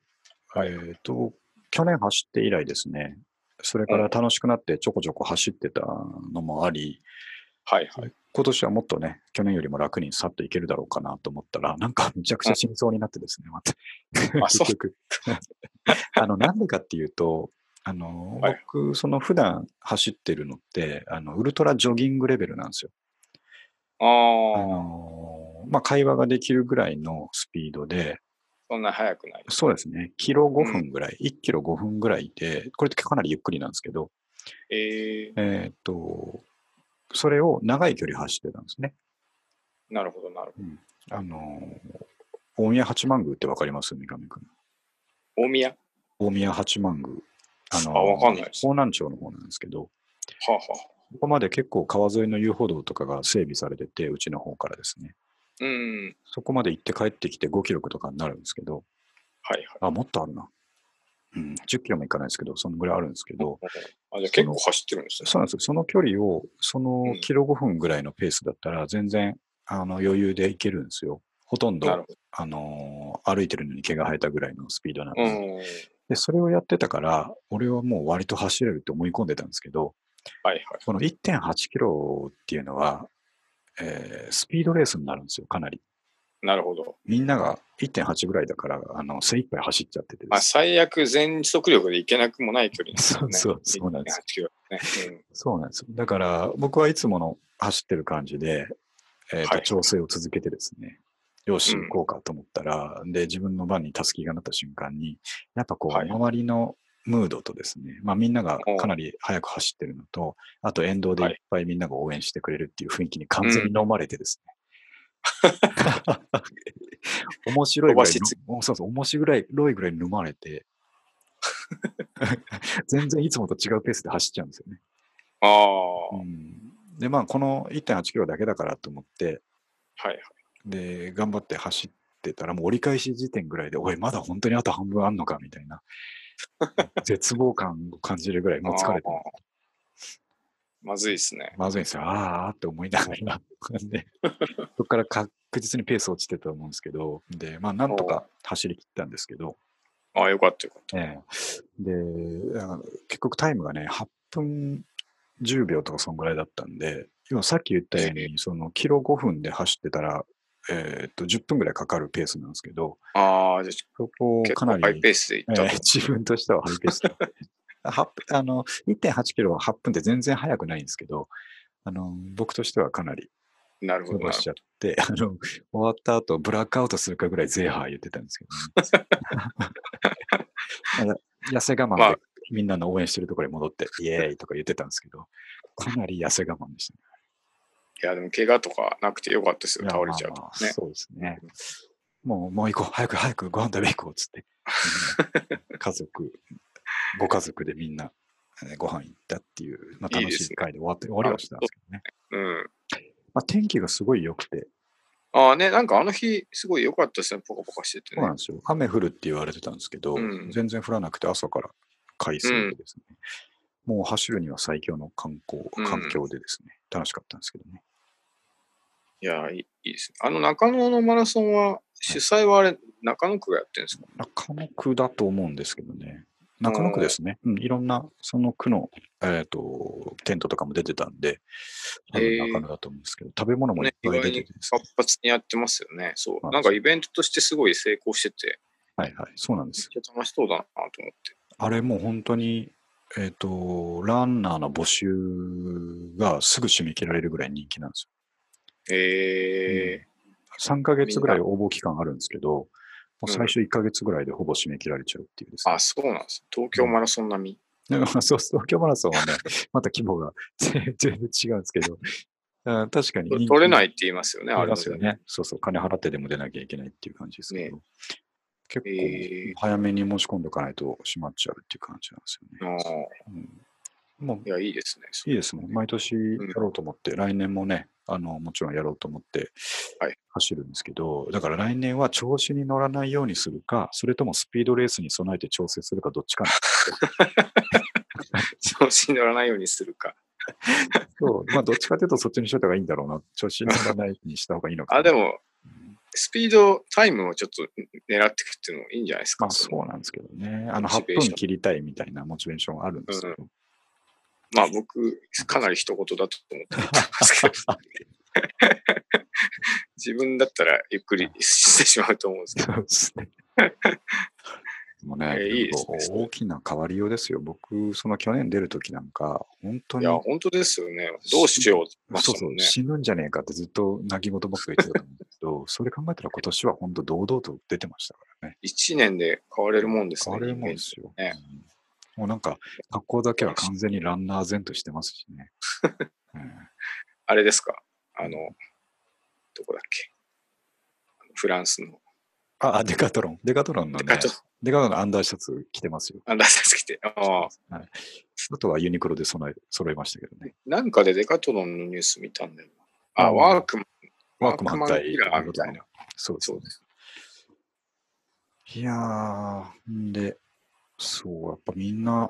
はい
えっと、去年走って以来ですね、それから楽しくなってちょこちょこ走ってたのもあり、
ー。はいはい。
今年はもっとね、去年よりも楽にさっといけるだろうかなと思ったら、なんかめちゃくちゃ死にそうになってですね、また。
あそう
結局。 あの、なんでかっていうと、あの、
はい
僕、その普段走ってるのって、あの、ウルトラジョギングレベルなんですよ。
あ
あ
あ、
の、まあ、会話ができるぐらいのスピードで、
そんな速くない。
そうですね、キロ
う
5
ん
分ぐらい、1キロ5分ぐらいで、これってかなりゆっくりなんですけど、
ええ
えーっと、それを長い距離走ってたんですね。
なるほど、なるほ
あのー大宮八幡宮ってわかります三上君。
ど。大宮は
大宮八幡宮。あのー
あわかんないです
方南町の方なんですけど、
あ、はあ。
ここまで結構川沿いの遊歩道とかが整備されてて、うちの方からですね。
うん。
そこまで行って帰ってきて5キロとかになるんですけど、
はい
あ、もっとあるな。うん、10キロも行かないですけど、そのぐらいあるんですけど、
はい。あ、じゃあ結構走ってるんですね。
そうなんですよ。その距離を、その
うん
キロ5分ぐらいのペースだったら、全然、あの、余裕で行けるんですよ。ほとん
なる
ど、
ほ
あのー歩いてるのに毛が生えたぐらいのスピードなんで、
ど。うん。はい
で、それをやってたから、俺はもう割と走れるって思い込んでたんですけど、
はい。
この1.8キロっていうのは、えースピードレースになるんですよ、かなり。
なるほど。
みんなが1.8ぐらいだから、あの、精一杯走っちゃっててで
まあ、
す。
最悪全速力でいけなくもない距離です
そ
よ
う
ね。
そう、そうなんですよ。
1.8キロね。うん
そうなんですよ。だから、僕はいつもの走ってる感じで、えーと
はい
調整を続けてですね、よし、
うん
行こうかと思ったら、で、自分の番にたすきがなった瞬間に、やっぱこう、
はい
周りのムードとですね、まあみんながかなり早く走ってるのと、あと沿道でいっぱいみんなが応援してくれるっていう雰囲気に完全に飲まれてですね。面白いぐらい
飛ばしつ
の、そうそう、面白いぐらいに飲まれ て、全然いつもと違うペースで走っちゃうんですよね。
あ
う
あ、は
んでまあこの1.8キロだけだからと思って
いはい。
で頑張って走ってたらもう折り返し時点ぐらいでおいまだ本当にあと半分あんのかみた いな絶望感を感じるぐらいもう疲れて
ああまずいですね。
まずいんですよあーあーって思いながら でそこから確実にペース落ちてたと思うんですけどでまあなんとか走り切ったんですけど、
ああ、よかったよかった。
ええであの結局タイムがね8分10秒とかそんぐらいだったんででもさっき言ったように、そのキロ5分で走ってたら、えーっと10分ぐらいかかるペースなんですけど、
ああ、じゃ
そこを
あ結
か
構
な
ハイ
り、
ペースで行
え
った
ー
と。
自分としてはハイペースだ はっあの1.8キロは8分って全然速くないんですけど、あの僕としてはかなり
なるほ
過
どな
ご
る
し
ほ
ちゃって、あの終わった後ブラックアウトするかぐらいゼーハー言ってたんですけ ど、ね、痩せ我慢で、
まあ
みんなの応援してるところに戻って、イエーイとか言ってたんですけど、かなり痩せ我慢でしたね。
ど。いや、でも怪我とかなくてよかったです
い
よ、
や
倒れちゃう
まあま
と
あ
ね。
そうですね。もう、もう行こう、早く早くご飯食べ行こうっつって。うん家族、ご家族でみんなえーご飯行ったっていう、まあ、
いい
楽
ですね
しい会で終わって、終わりはしたんですけどね。
うん。
まあ、天気がすごい良くて、
ああね、なんかあの日、すごい良かったですね、ポカポカしてて
そうな
ね
ん。ですよ。雨降るって言われてたんですけど、
うん
全然降らなくて朝から快晴でですね、もう走るには最強の観光、
うん
環境でですね、楽しかったんですけどね。
いや、いいいいですね。あの中野のマラソンは、主催はあれ、中野区がやってるんですか
中野区だと思うんですけどね。中野区ですね。うん、いろんな、その区の、えっ、と、テントとかも出てたんで、多分
へー
中野だと思うんですけど、食べ物もいっ
ね、意
ぱい
外
出て
に
てですね
活発にやってますよね。そう。
はい
なんかイベントとしてすごい成功してて、
はいはい、そうなんで
めっ
す。
ちゃ楽しそうだなと思って。
あれもう本当に、えっ、と、ランナーの募集がすぐ締め切られるぐらい人気なんですよ。
え
3ヶ月ぐらい応募期間あるんですけど、もう最初1ヶ月ぐらいでほぼ締め切られちゃうっていうです
ー、
ね
あ、そうなんです。東京マラソン並み。
でもそう そう、東京マラソン はね、また規模が全然違うんですけど、あ確かに人気
取れないって言いますよね、
あ
あれ
り
の
ますよね。そうそう、金払ってでも出なきゃいけないっていう感じですけど、結
えー
構早めに申し込んでおかないと閉まっちゃうっていう感じなんです
あ
よね。
ー
うん、もう
いや、いいですね。そ
いいですね。毎年やろうと思って、来年もね、あの、もちろんやろうと思って
はい
走るんですけど、だから来年は調子に乗らないようにするか、それともスピードレースに備えて調整するか、どっちかなんです
調子に乗らないようにするか。
け ど、まあ、どっちかというとそっちにしといた方がいいんだろうな。調子に乗らないにした方がいいのかな。
あ、でも、スピード、タイムをちょっと狙っていくっていうのもいいんじゃないですか。
まあそうなんですけどね。あの、
モチ
8
ベーション
分切りたいみたいなモチベーションはあるんですけど。
まあ僕、かなり一言だと思ってます けど。自分だったらゆっくりしてしまうと思うんですけど。
そうです ね。でもね、
えーいいですね
大きな変わりようですよ。僕、その去年出るときなんか、本当
い
に
や、本当ですよね。どうしようってま
そう
した
そ
も、
うん
ね。
死ぬんじゃねえかってずっと泣き言ばっかり言ってたと思うんですけど、 それ考えたら今年は本当堂々と出てましたからね。
一年で変われるもんですね。
あれもですよ。
ね
うんもうなんか、格好だけは完全にランナー前としてますし ね。うん
あれですかあの、どこだっけあのフランスの。
あ、あデカトロン。デカトロンのね、デ
デ
カ
カ
ト
ト
ロ
ロ
ンのアンダーシャツ着てますよ。
アンダーサス来て。ああ。
はいあとはユニクロで備え揃えましたけどね。
なんかでデカトロンのニュース見たんだよな。あ、
うん
ワークマン。
ワークマン
ワークマン
対
キラーみたいな。
そうです
そ
ね
うで。す。
いやー、んで、そう、やっぱみんな、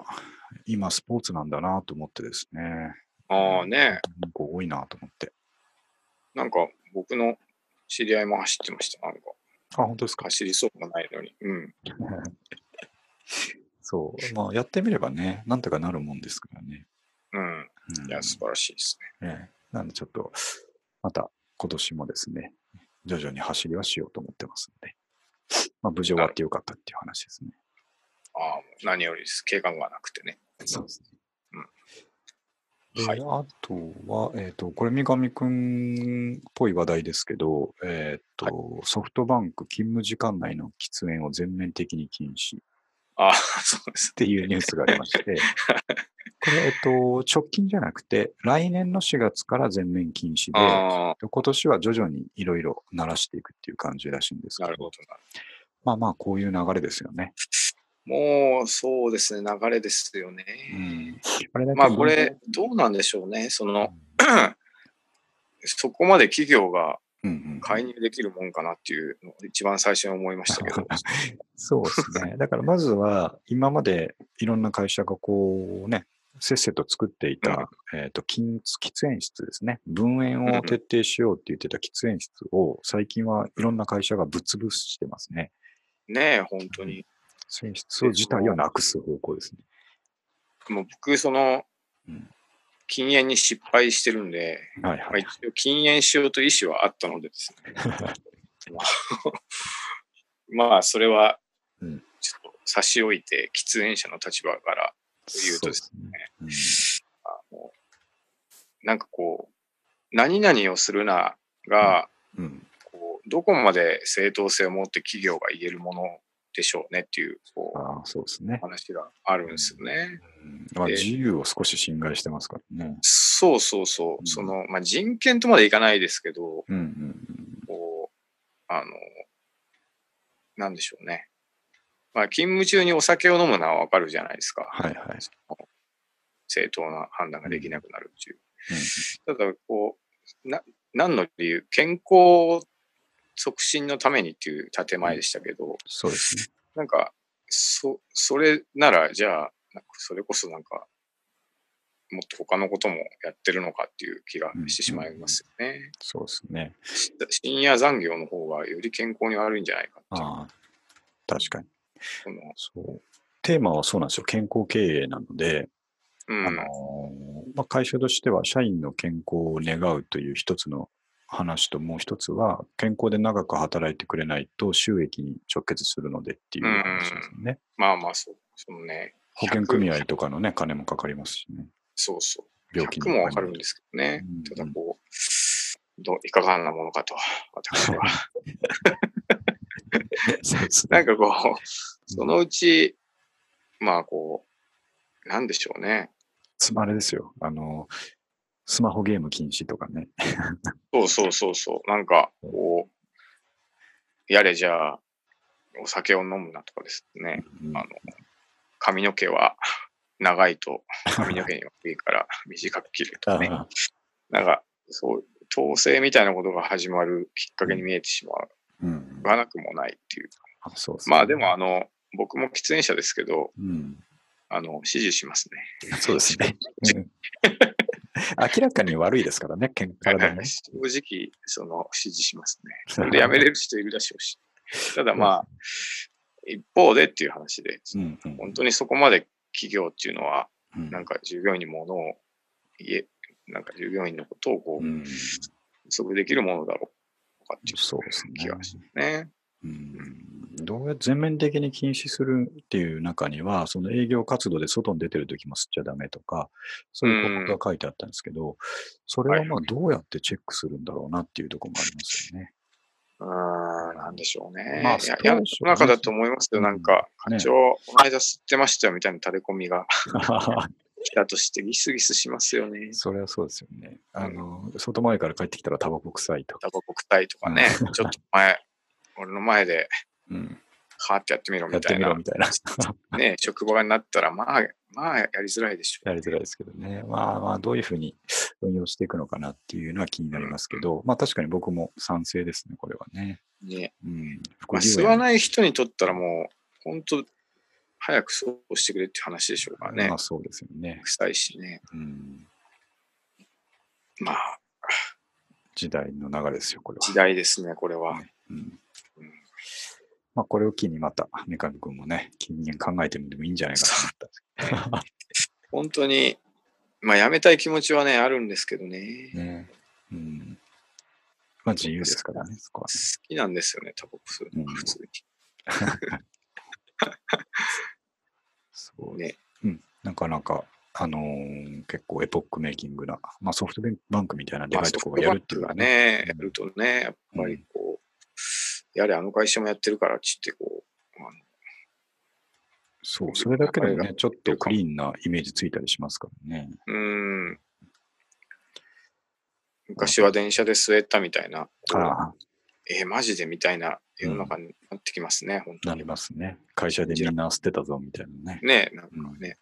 今スポーツなんだなと思ってですね。
ああね。
なんか多いなと思って。
なんか僕の知り合いも走ってました。なんか
あ、本当ですか。
走りそうがないのに。うん。
そう。まあ、やってみればね、なんとかなるもんですからね。
うん。
うん
いや、素晴らしいですね。
ええなんでちょっと、また今年もですね、徐々に走りはしようと思ってますので、まあ、無事終わってよかったっていう話ですね。
ああ、もう何よりです。怪我がなくてね。
そうですね。
うん
で
はい
あとは、えっ、と、これ三上くんっぽい話題ですけど、えっ、と、ソフトバンク勤務時間内の喫煙を全面的に禁止っ
ああ、そうです。
ていうニュースがありまして、これ、えっ、と、直近じゃなくて、来年の4月から全面禁止で、
ああ、
今年は徐々にいろいろ鳴らしていくっていう感じらしいんですけ
な
ど、
るほどな。
まあまあ、こういう流れですよね。
もう、そうですね。流れですよね。
うん、あれだけ
まあ、これ、どうなんでしょうね。その、そこまで企業が
うんうん、
介入できるもんかなっていうのを一番最初に思いましたけ ど。
そうです ね。だからまずは、今までいろんな会社がこうね、せっせと作っていた、えっ、と、禁喫煙室ですね。分煙を徹底しようって言ってた喫煙室を、最近はいろんな会社がぶつぶつしてますね。
ねえ、本当に。
喫煙室を自体をなくす方向ですね。
もう僕、その
うん、
禁煙に失敗してるんで、
はい
まあ、
はい。
一応禁煙しようという意思はあったのでですね、 まあそれはち
う
ょっ
ん
と差し置いて喫煙者の立場からというとです
そうで
なんかこう何々をするなが、
すね。うん。うん
こうどこまで正当性を持って企業が言えるものでしょうねっていうこう
ああ、そうですね。
話があるんですよね。
うんまあ、
で
自由を少し侵害してますからね。
そうそうそう、
うん
その、まあ、人権とまでいかないですけど、
うんうん
こう、あの、なんでしょうね。まあ、勤務中にお酒を飲むのはわかるじゃないですか。
はいはい
その正当な判断ができなくなるっていう。
う
ただ、こう、な、何の理由健康促進のためにっていう建前でしたけど、
そうですね。
なんか、そ、それなら、じゃあ、なんかそれこそなんか、もっと他のこともやってるのかっていう気がしてしまいますよね。
そうですね。
し深夜残業の方がより健康に悪いんじゃないかっていう
ああ、確かに。
その
そう。テーマはそうなんですよ。健康経営なので、
うん
あのーまあ、会社としては社員の健康を願うという一つの話ともう一つは健康で長く働いてくれないと収益に直結するのでっていう話ですよね。
まあまあそう、そのね、
保険組合とかのね、金もかかりますしね。
そうそう。
病気
100もわかるん
で
ですけどね
うん。
ただこう、どういかがなものかと、私は。
す。そうです
な
ね
んかこう、そのうち、まあこう、なんでしょうね。
つあれですよ。あのー、スマホゲーム禁止とかね。
そうそうそうそう。なんか、こう、やれじゃあ、お酒を飲むなとかですね。
うん
あの、髪の毛は 長いと、髪の毛にはいいから短く切るとかね。
あ
なんか、そう、統制みたいなことが始まるきっかけに見えてしまう
ーうん
がなくもないっていう。
あそうすね
まあでも、あの、僕も喫煙者ですけど、
うん、
あの、支持しますね。
そうです ね。うん明らかに悪いですからね、健康ね
正直、その、支持しますね。それでやめれる人いるだしょうし。ただまあ、一方でっていう話で、
うんうん
本当にそこまで企業っていうのは、
うん
なんか従業員にものを言え、なんか従業員のことをこう、
うん
不足できるものだろうかってい
そうです
う
ね
気がしますね。
うんどうやって全面的に禁止するっていう中には、その営業活動で外に出てる時も吸っちゃダメとか、そういう項目が書いてあったんですけど、それはまあどうやってチェックするんだろうなっていうところもありますよね。
うーん、なんでしょうね。
まあ
いや、
そう
嫌な
でしょうね
世の中だと思いますよ。
うん
なんか、
ね
課長、この間吸ってましたよみたいな垂れ込みが来たとしてギスギスしますよ ね。
それはそうですよね。あの、外前から帰ってきたらタバコ臭いとか。
タバコ臭いとかね、ちょっと前、俺の前で、
うん、
はーってやってみろ
や
み
ったて
い
み
な
ろ。みたいな。
ね、職場になったら、まあ、まあ、やりづらいでしょ
やりづらいですけどね。まあまあ、どういうふうに運用していくのかなっていうのは気になりますけど、まあ確かに僕も賛成ですね、これはね。
う。ね、
うん。副
まあ、
業
吸
や
わ
ね
ない人にとったらもう、本当早くそうしてくれっていう話でしょうからね
まあ。そうですよね。
臭いしね。
うん。
まあ、
時代の流れですよ、これ
時
は。
代ですね、これは。
うん
うん
まあ、これを機にまた、三上君もね、近年考えてみてもいいんじゃないかと思ったんで
本当に、まあ、やめたい気持ちはね、あるんですけどね。
すけどね。うん。まあ、自由ですからね、そこはね。
好きなんですよね、タバコ吸うの
う
が
ん
普通に。
そう
ね
うん。なかなか、あのー結構エポックメイキングな、まあ、ソフトバンクみたいなでかいところがやるっていうの
ま
は
あソ
ね。
フトバンクがね、
うん
やるとね、やっぱりこう、やれ、あの会社もやってるからって言って、こう、あの
そう、それだけでも
流れ
ね、ちょっとクリーンなイメージついたりしますからね。
うーん。昔は電車で吸えたみたいな、こう
ああ、
えーマジでみたいな世の中になってきますね、本
な
当
り
に。
ますね。会社でみんな捨てたぞみたいなね。
ねなんかね、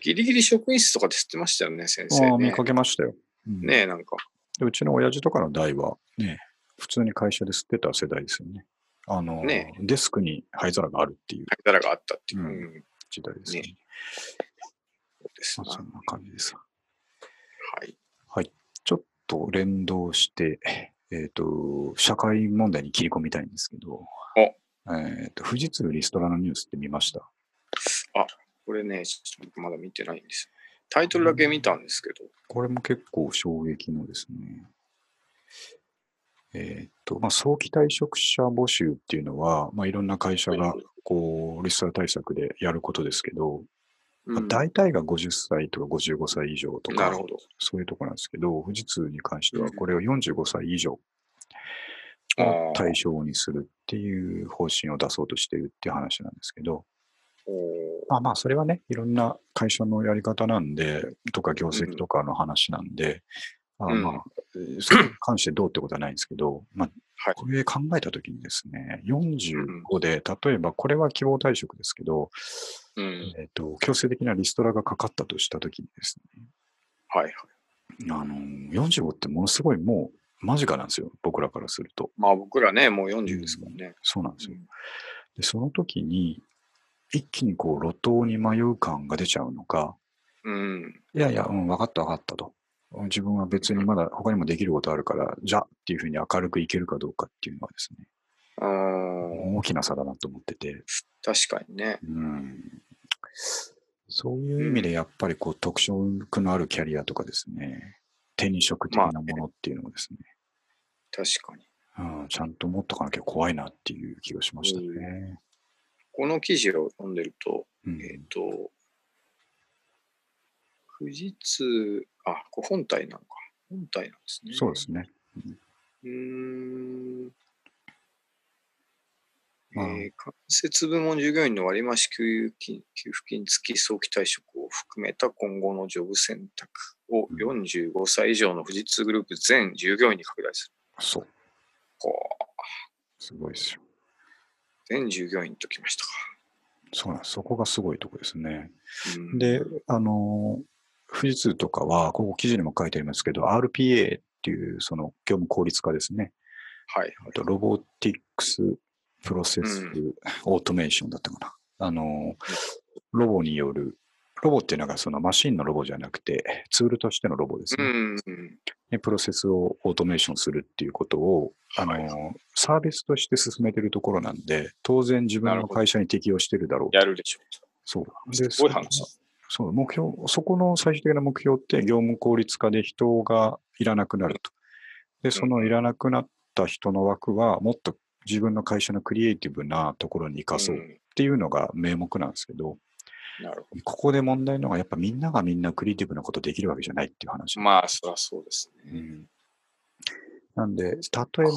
ギリギリ職員室とかで吸ってましたよね、先
あ
生
あ、見
ね。
かけましたよ。うん
ねなんか、
でうちの親父とかの代は、ね、普通に会社で吸ってた世代ですよね。あの、
ね
デスクに灰皿があるっていう
灰皿があったっていう。
う
うんん、
時代ですよね。
そうです
ま
な
あそんな感じです。
はい。
ちょっと連動して、えっ、と、社会問題に切り込みたいんですけど、えっ、と、富士通リストラのニュースって見ました
これね、ちょっと僕まだ見てないんですタイトルだけ見たんですけど、
これも結構衝撃のですね。えーっと、まあ、早期退職者募集っていうのは、まあ、いろんな会社が、こう、リスター対策でやることですけど、まあ、
うん
大体が50歳とか55歳以上と
な
か
る、ほど。
そういうところなんですけど、富士通に関してはこれを45歳以上を
ああ
対象にするっていう方針を出そうとしてるっていう話なんですけど、
おー
まあまあ、それはね、いろんな会社のやり方なんで、とか業績とかの話なんで、あ
うん
まあ、えーそれに関してどうってことはないんですけど、まあ、
はい
これ考えたときにですね、45で、例えばこれは希望退職ですけど、
うん。
えっと、強制的なリストラがかかったとしたときにです
はいはい。
ね、あのー、45ってものすごいもう間近なんですよ、僕らからすると。
まあ僕らね、もう40ですからね。
そうなんですよ
う。ん
で、その時に、一気にこう、路頭に迷う感が出ちゃうのか、
うん。
いやいや、うん、分かった分かったと。うん自分は別にまだ他にもできることあるから、じゃっていうふうに明るくいけるかどうかっていうのはですね、
あー
大きな差だなと思ってて、
確かにね。
うん、そういう意味でやっぱりこう特色のあるキャリアとかですね、手に職的なものっていうのをですね、
確かに。
うん、ちゃんと持っとかなきゃ怖いなっていう気がしましたね。
この記事を読んでると、
うん
えっ、と、富士通、あ、これ本体なのか。本体なんですね。
そうですね。
うーん。
まあ
えー間接部門従業員の割増給付金給付金付き早期退職を含めた今後のジョブ選択を
うん
45歳以上の富士通グループ全従業員に拡大する。
そう。
こう
すごいですよ。
全従業員ときましたか。
そうなんです。そこがすごいとこですね。
うん、
で、あの、富士通とかは、ここ記事にも書いてありますけど、RPA っていう、その業務効率化ですね。
はい。
あと、ロボティックス・プロセス・オートメーションだったかな。あの、ロボによる、ロボっていうのがそのマシンのロボじゃなくて、ツールとしてのロボです
う
ね。
ん。うん
でプロセスをオートメーションするっていうことを、あの、
はい
サービスとして進めてるところなんで、当然自分の会社に適用してるだろう
やるでしょ
そう。
う。
です
ごい話。
そう、目標、そこの最終的な目標って、業務効率化で人がいらなくなると。で、そのいらなくなった人の枠は、もっと自分の会社のクリエイティブなところに生かそうっ
ん
ていうのが名目なんですけど、
なるほ
ここで問題なのが、やっぱみんながみんなクリエイティブなことできるわけじゃないっていう話。
ど。まあ、そりゃそうです
う
ね。
んなんで、例え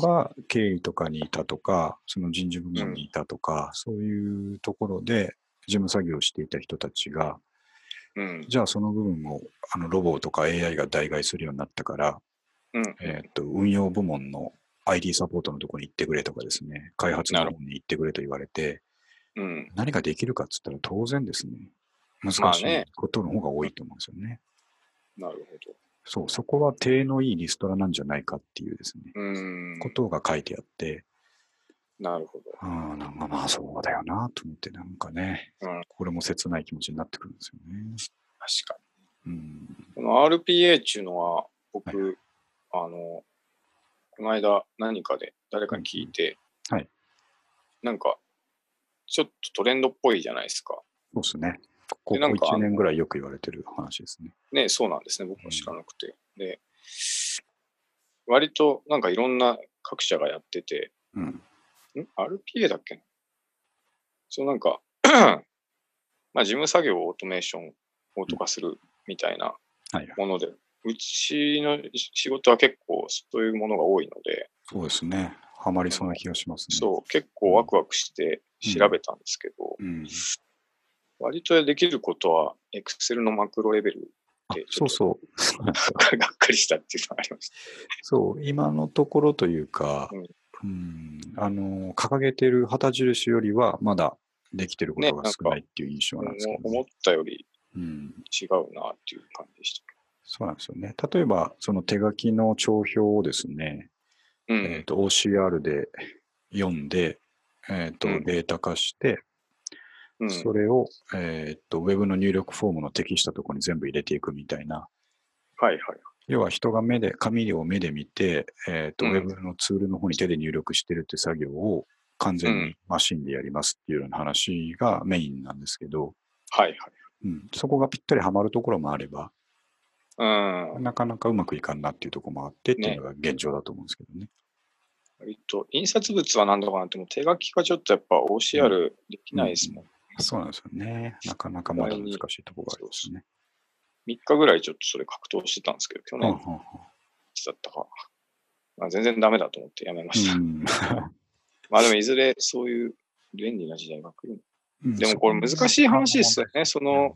ば経理とかにいたとか、その人事部門にいたとか、そういうところで事務作業をしていた人たちが、
うん。
じゃあその部分をあのロボとか AI が代替するようになったから、
うん。
えー、と運用部門の IT サポートのところに行ってくれとかですね、開発の
なる
部門に行ってくれと言われて、
うん。
何ができるかっつったら当然ですね、難
まあ
し
ね
いことの方が多いと思うんですよね。
なるほど。
そう、そこは手のいいリストラなんじゃないかっていうですね、
うん。
ことが書いてあって、
なるほど。
あーなんかまあそうだよなと思って、なんかね、
うん
これも切ない気持ちになってくるんですよね。
確か
うん、
に。この RPA っていうのは、僕、あの、この間何かで誰かに聞いて、
うんはい。
なんか、ちょっとトレンドっぽいじゃないですか。
そうですね。ここ
でなんか
1年ぐらいよく言われてる話ですね。
ね、そうなんですね。僕も知らなくて。で、割となんかいろんな各社がやってて、
うん
ん ?RPA だっけなそうなんか、 まあ事務作業をオートメーション、オート化するみたいな
はい、
もので、うちの仕事は結構そういうものが多いので、
そうですね。ハマりそうな気がしますね。
そう、結構ワクワクして調べたんですけど、
う。ん、
割とできることは Excel のマクロレベル
あ
でち
そ
ょっ
う
と
そう。そうなんですよ
がっかりしたっていうのがありました。
そう、今のところというか、うん、あの、掲げてる旗印よりは、まだできてること
ね
が少ないっていう印象なんですけどね、
思ったより
うん。
違うなっていう感じでした。
そうなんですよね。例えば、その手書きの帳表をですね、
う
えっ
ん。
と、OCR で読んで、えっと
うん
データ化して、
うん、
それを、えっとウェブの入力フォームのテキストところに全部入れていくみたいな
はいはい。
要は人が目で、紙を目で見て、えっとウ
うん
ェブのツールの方に手で入力してるって作業を完全にマシンでやりますっていうような話がメインなんですけど、
はいはい。
うん、そこがぴったりはまるところもあれば、
うん。
なかなかうまくいかんなっていうところもあってっていうのが現状だと思うんですけどね。
割と、印刷物は何とかなっても、手書きがちょっとやっぱ OCR できないですもん。
そうなんですよね。なかなかまだ難しいところがありますね。
3日ぐらいちょっとそれ格闘してたんですけど、去
うん
年いつだったか。まあ、全然ダメだと思ってやめました。
うん
まあでも、いずれそういう便利な時代が来る。
うん
でもこれ難しい話ですよね。その、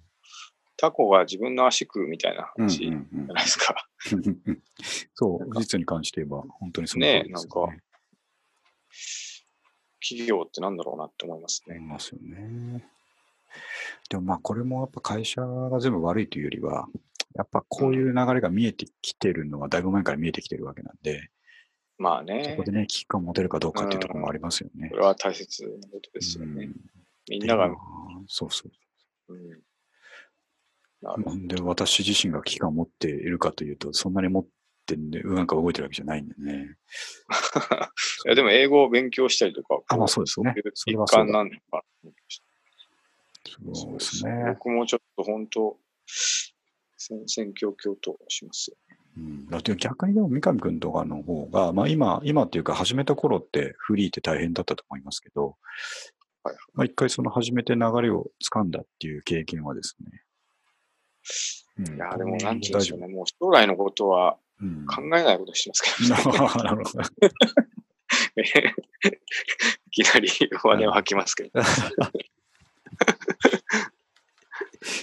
タコが自分の足食うみたいな
うんうん
話じゃ
うん
ないですか。
そう
なん、か
技術に関して言えば、本当にそ
ね
通りですよ
なん企業ってなんだろうなって思います
思い
ね。
ますよね。でもまあ、これもやっぱ会社が全部悪いというよりは、やっぱこういう流れが見えてきてるのは、だいぶ前から見えてきてるわけなんで、
まあ
そ
ね
こ、でね、危機感を持てるかどうかっていうところもありますよね
こ。れは大切なことですよ
う
ね
ん。
みんなが
で、もそうそう。
うん。なるほど
なんで私自身が危機感を持っているかというと、そんなに持ってんで、なんか動いてるわけじゃないんでね。
いやでも英語を勉強したりとか、
あ、まあそうですね
こういう。
それ
一
はそ
環
うだ
なんだから
そうですね。
僕もちょっと本当、戦戦況教としますよ。
うん、だって逆にでも三上君とかの方が、まあ、今、今っていうか始めた頃ってフリーって大変だったと思いますけど、
はい
まあ、一回その始めて流れを掴んだっていう経験はですね。うん
いや、でもなんて言うん
大
でし
丈
ょう
夫。
ね。もう将来のことは
うん、
考えないことにしてますから
な
ね。
るほ ど。
いきなり上根を吐きますけ ど。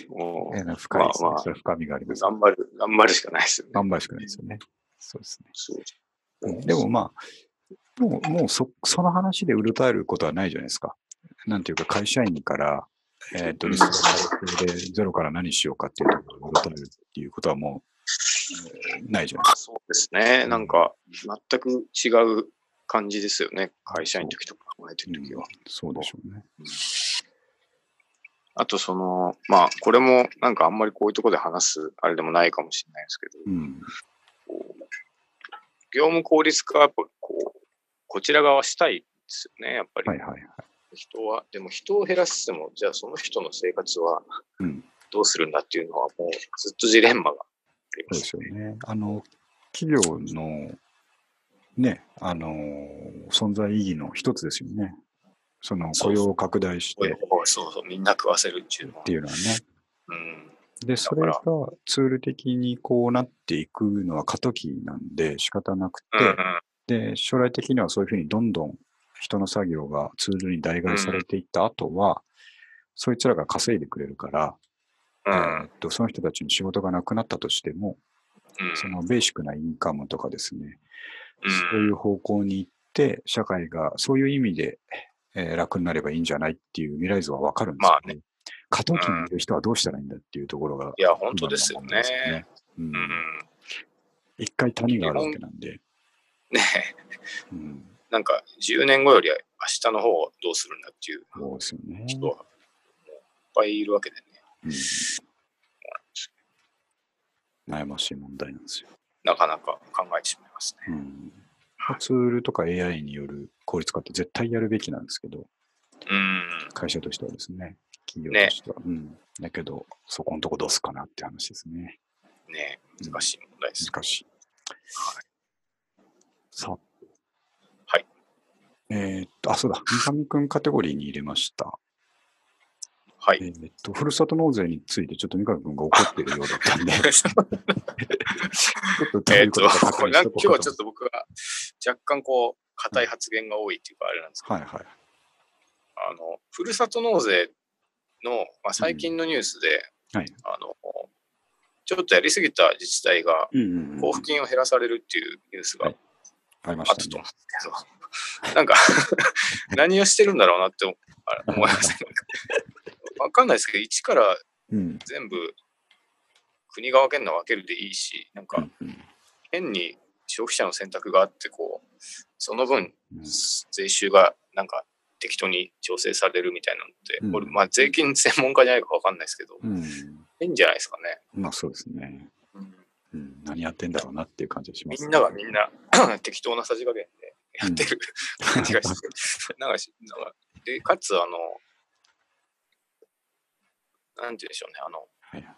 もう、
深いですね。
まあまあ
それは深みがあります。
頑張る、頑張るしかないですよね。
頑張るしかないですよね。そうですね。
そう
うんでも、まあ、もう、もうそ、その話でうるたえることはないじゃないですか。なんていうか、会社員から、えっ、と、リストがされて、ゼロから何しようかっていうところをうるたえるっていうことはもう、えーないじゃないですか。
そうですね。なんか、全く違う感じですよね。会社員の時とか考えてる時は。
そうでしょうね。
あと、その、まあ、これも、なんかあんまりこういうところで話す、あれでもないかもしれないですけど、
うん。
こう業務効率化はやっぱこう、こちら側したいですよね、やっぱり。
はいはいはい。
人は、でも人を減らしても、じゃあその人の生活は
うん
どうするんだっていうのは、もうずっとジレンマがあり
そう
ま。
ですすよね。あの、企業の、ね、あの、存在意義の一つですよね。その雇用を拡大し
こうい
て
う方がそうそう、みんな食わせるっていうのは
っ。ていうのはね。
うん。
で、それがツール的にこうなっていくのは過渡期なんで仕方なくて、
うんうん
で、将来的にはそういうふうにどんどん人の作業がツールに代替されていった後は、そいつらが稼いでくれるから、
うん
えーっと、その人たちに仕事がなくなったとしても、
うん
そのベーシックなインカムとかですね、そうい
うん
う方向に行って、社会がそういう意味で、えー楽になればいいんじゃないっていう未来像はわかるんですけど、過渡期にいる人はどうしたらいいんだっていうところが、
いや、本当ですよね。
うん
うん。
一回谷があるわけなんで、
ね
うん、
なんか、10年後より明日の方をどうするんだっていう
そうですよね。
人は、もういっぱいいるわけでね。
うん悩ましい問題なんですよ。
なかなか考えてしまいますね。
うんツールとか AI による効率化って絶対やるべきなんですけど、
うん。
会社としてはですね、企業としては。うん、だけど、そこのとこどうすかなって話ですね。
ね難しい問題です。
難しい。さ
はい。
えーっと、あ、そうだ、三上くんカテゴリーに入れました。
は
え
い。
ーっと、ふるさと納税について、ちょっと三上くんが怒ってるようだったんで、ちょっとどう
え
い
っ、
う こととか
こ
確
れ
認
な
しと
ん
こう
か今日は
か
ち
と
ょっと僕が若干こう、硬い発言が多いっていうか、あれなんですけど、
はいはい。
あの、ふるさと納税の、まあ、最近のニュースで、
うんはい
あの、ちょっとやりすぎた自治体が
うんうんうん
交付金を減らされるっていうニュースが
はいありま
あ
し
ったと
たね。
思うんですけど、 なんか何をしてるんだろうなって思あ思いました。 わかんないですけど、一から
うん。
全部国が分けるのは分けるでいいし、なん
う
か
んうん
変に消費者の選択があって、こう、その分
うん
税収がなんか適当に調整されるみたいなのって、
うん
これ、まあ税金専門家じゃないか分かんないですけど、
うん。
変じゃないですかね。
まあそうですね。うん、何やってんだろうなっていう感じがしま
み
す、
んながみんな 適当なさじ加減でやってる感じがし て、なんかしなんかで、かつ、あの、なんて言うんでしょうね、あの、
はいはい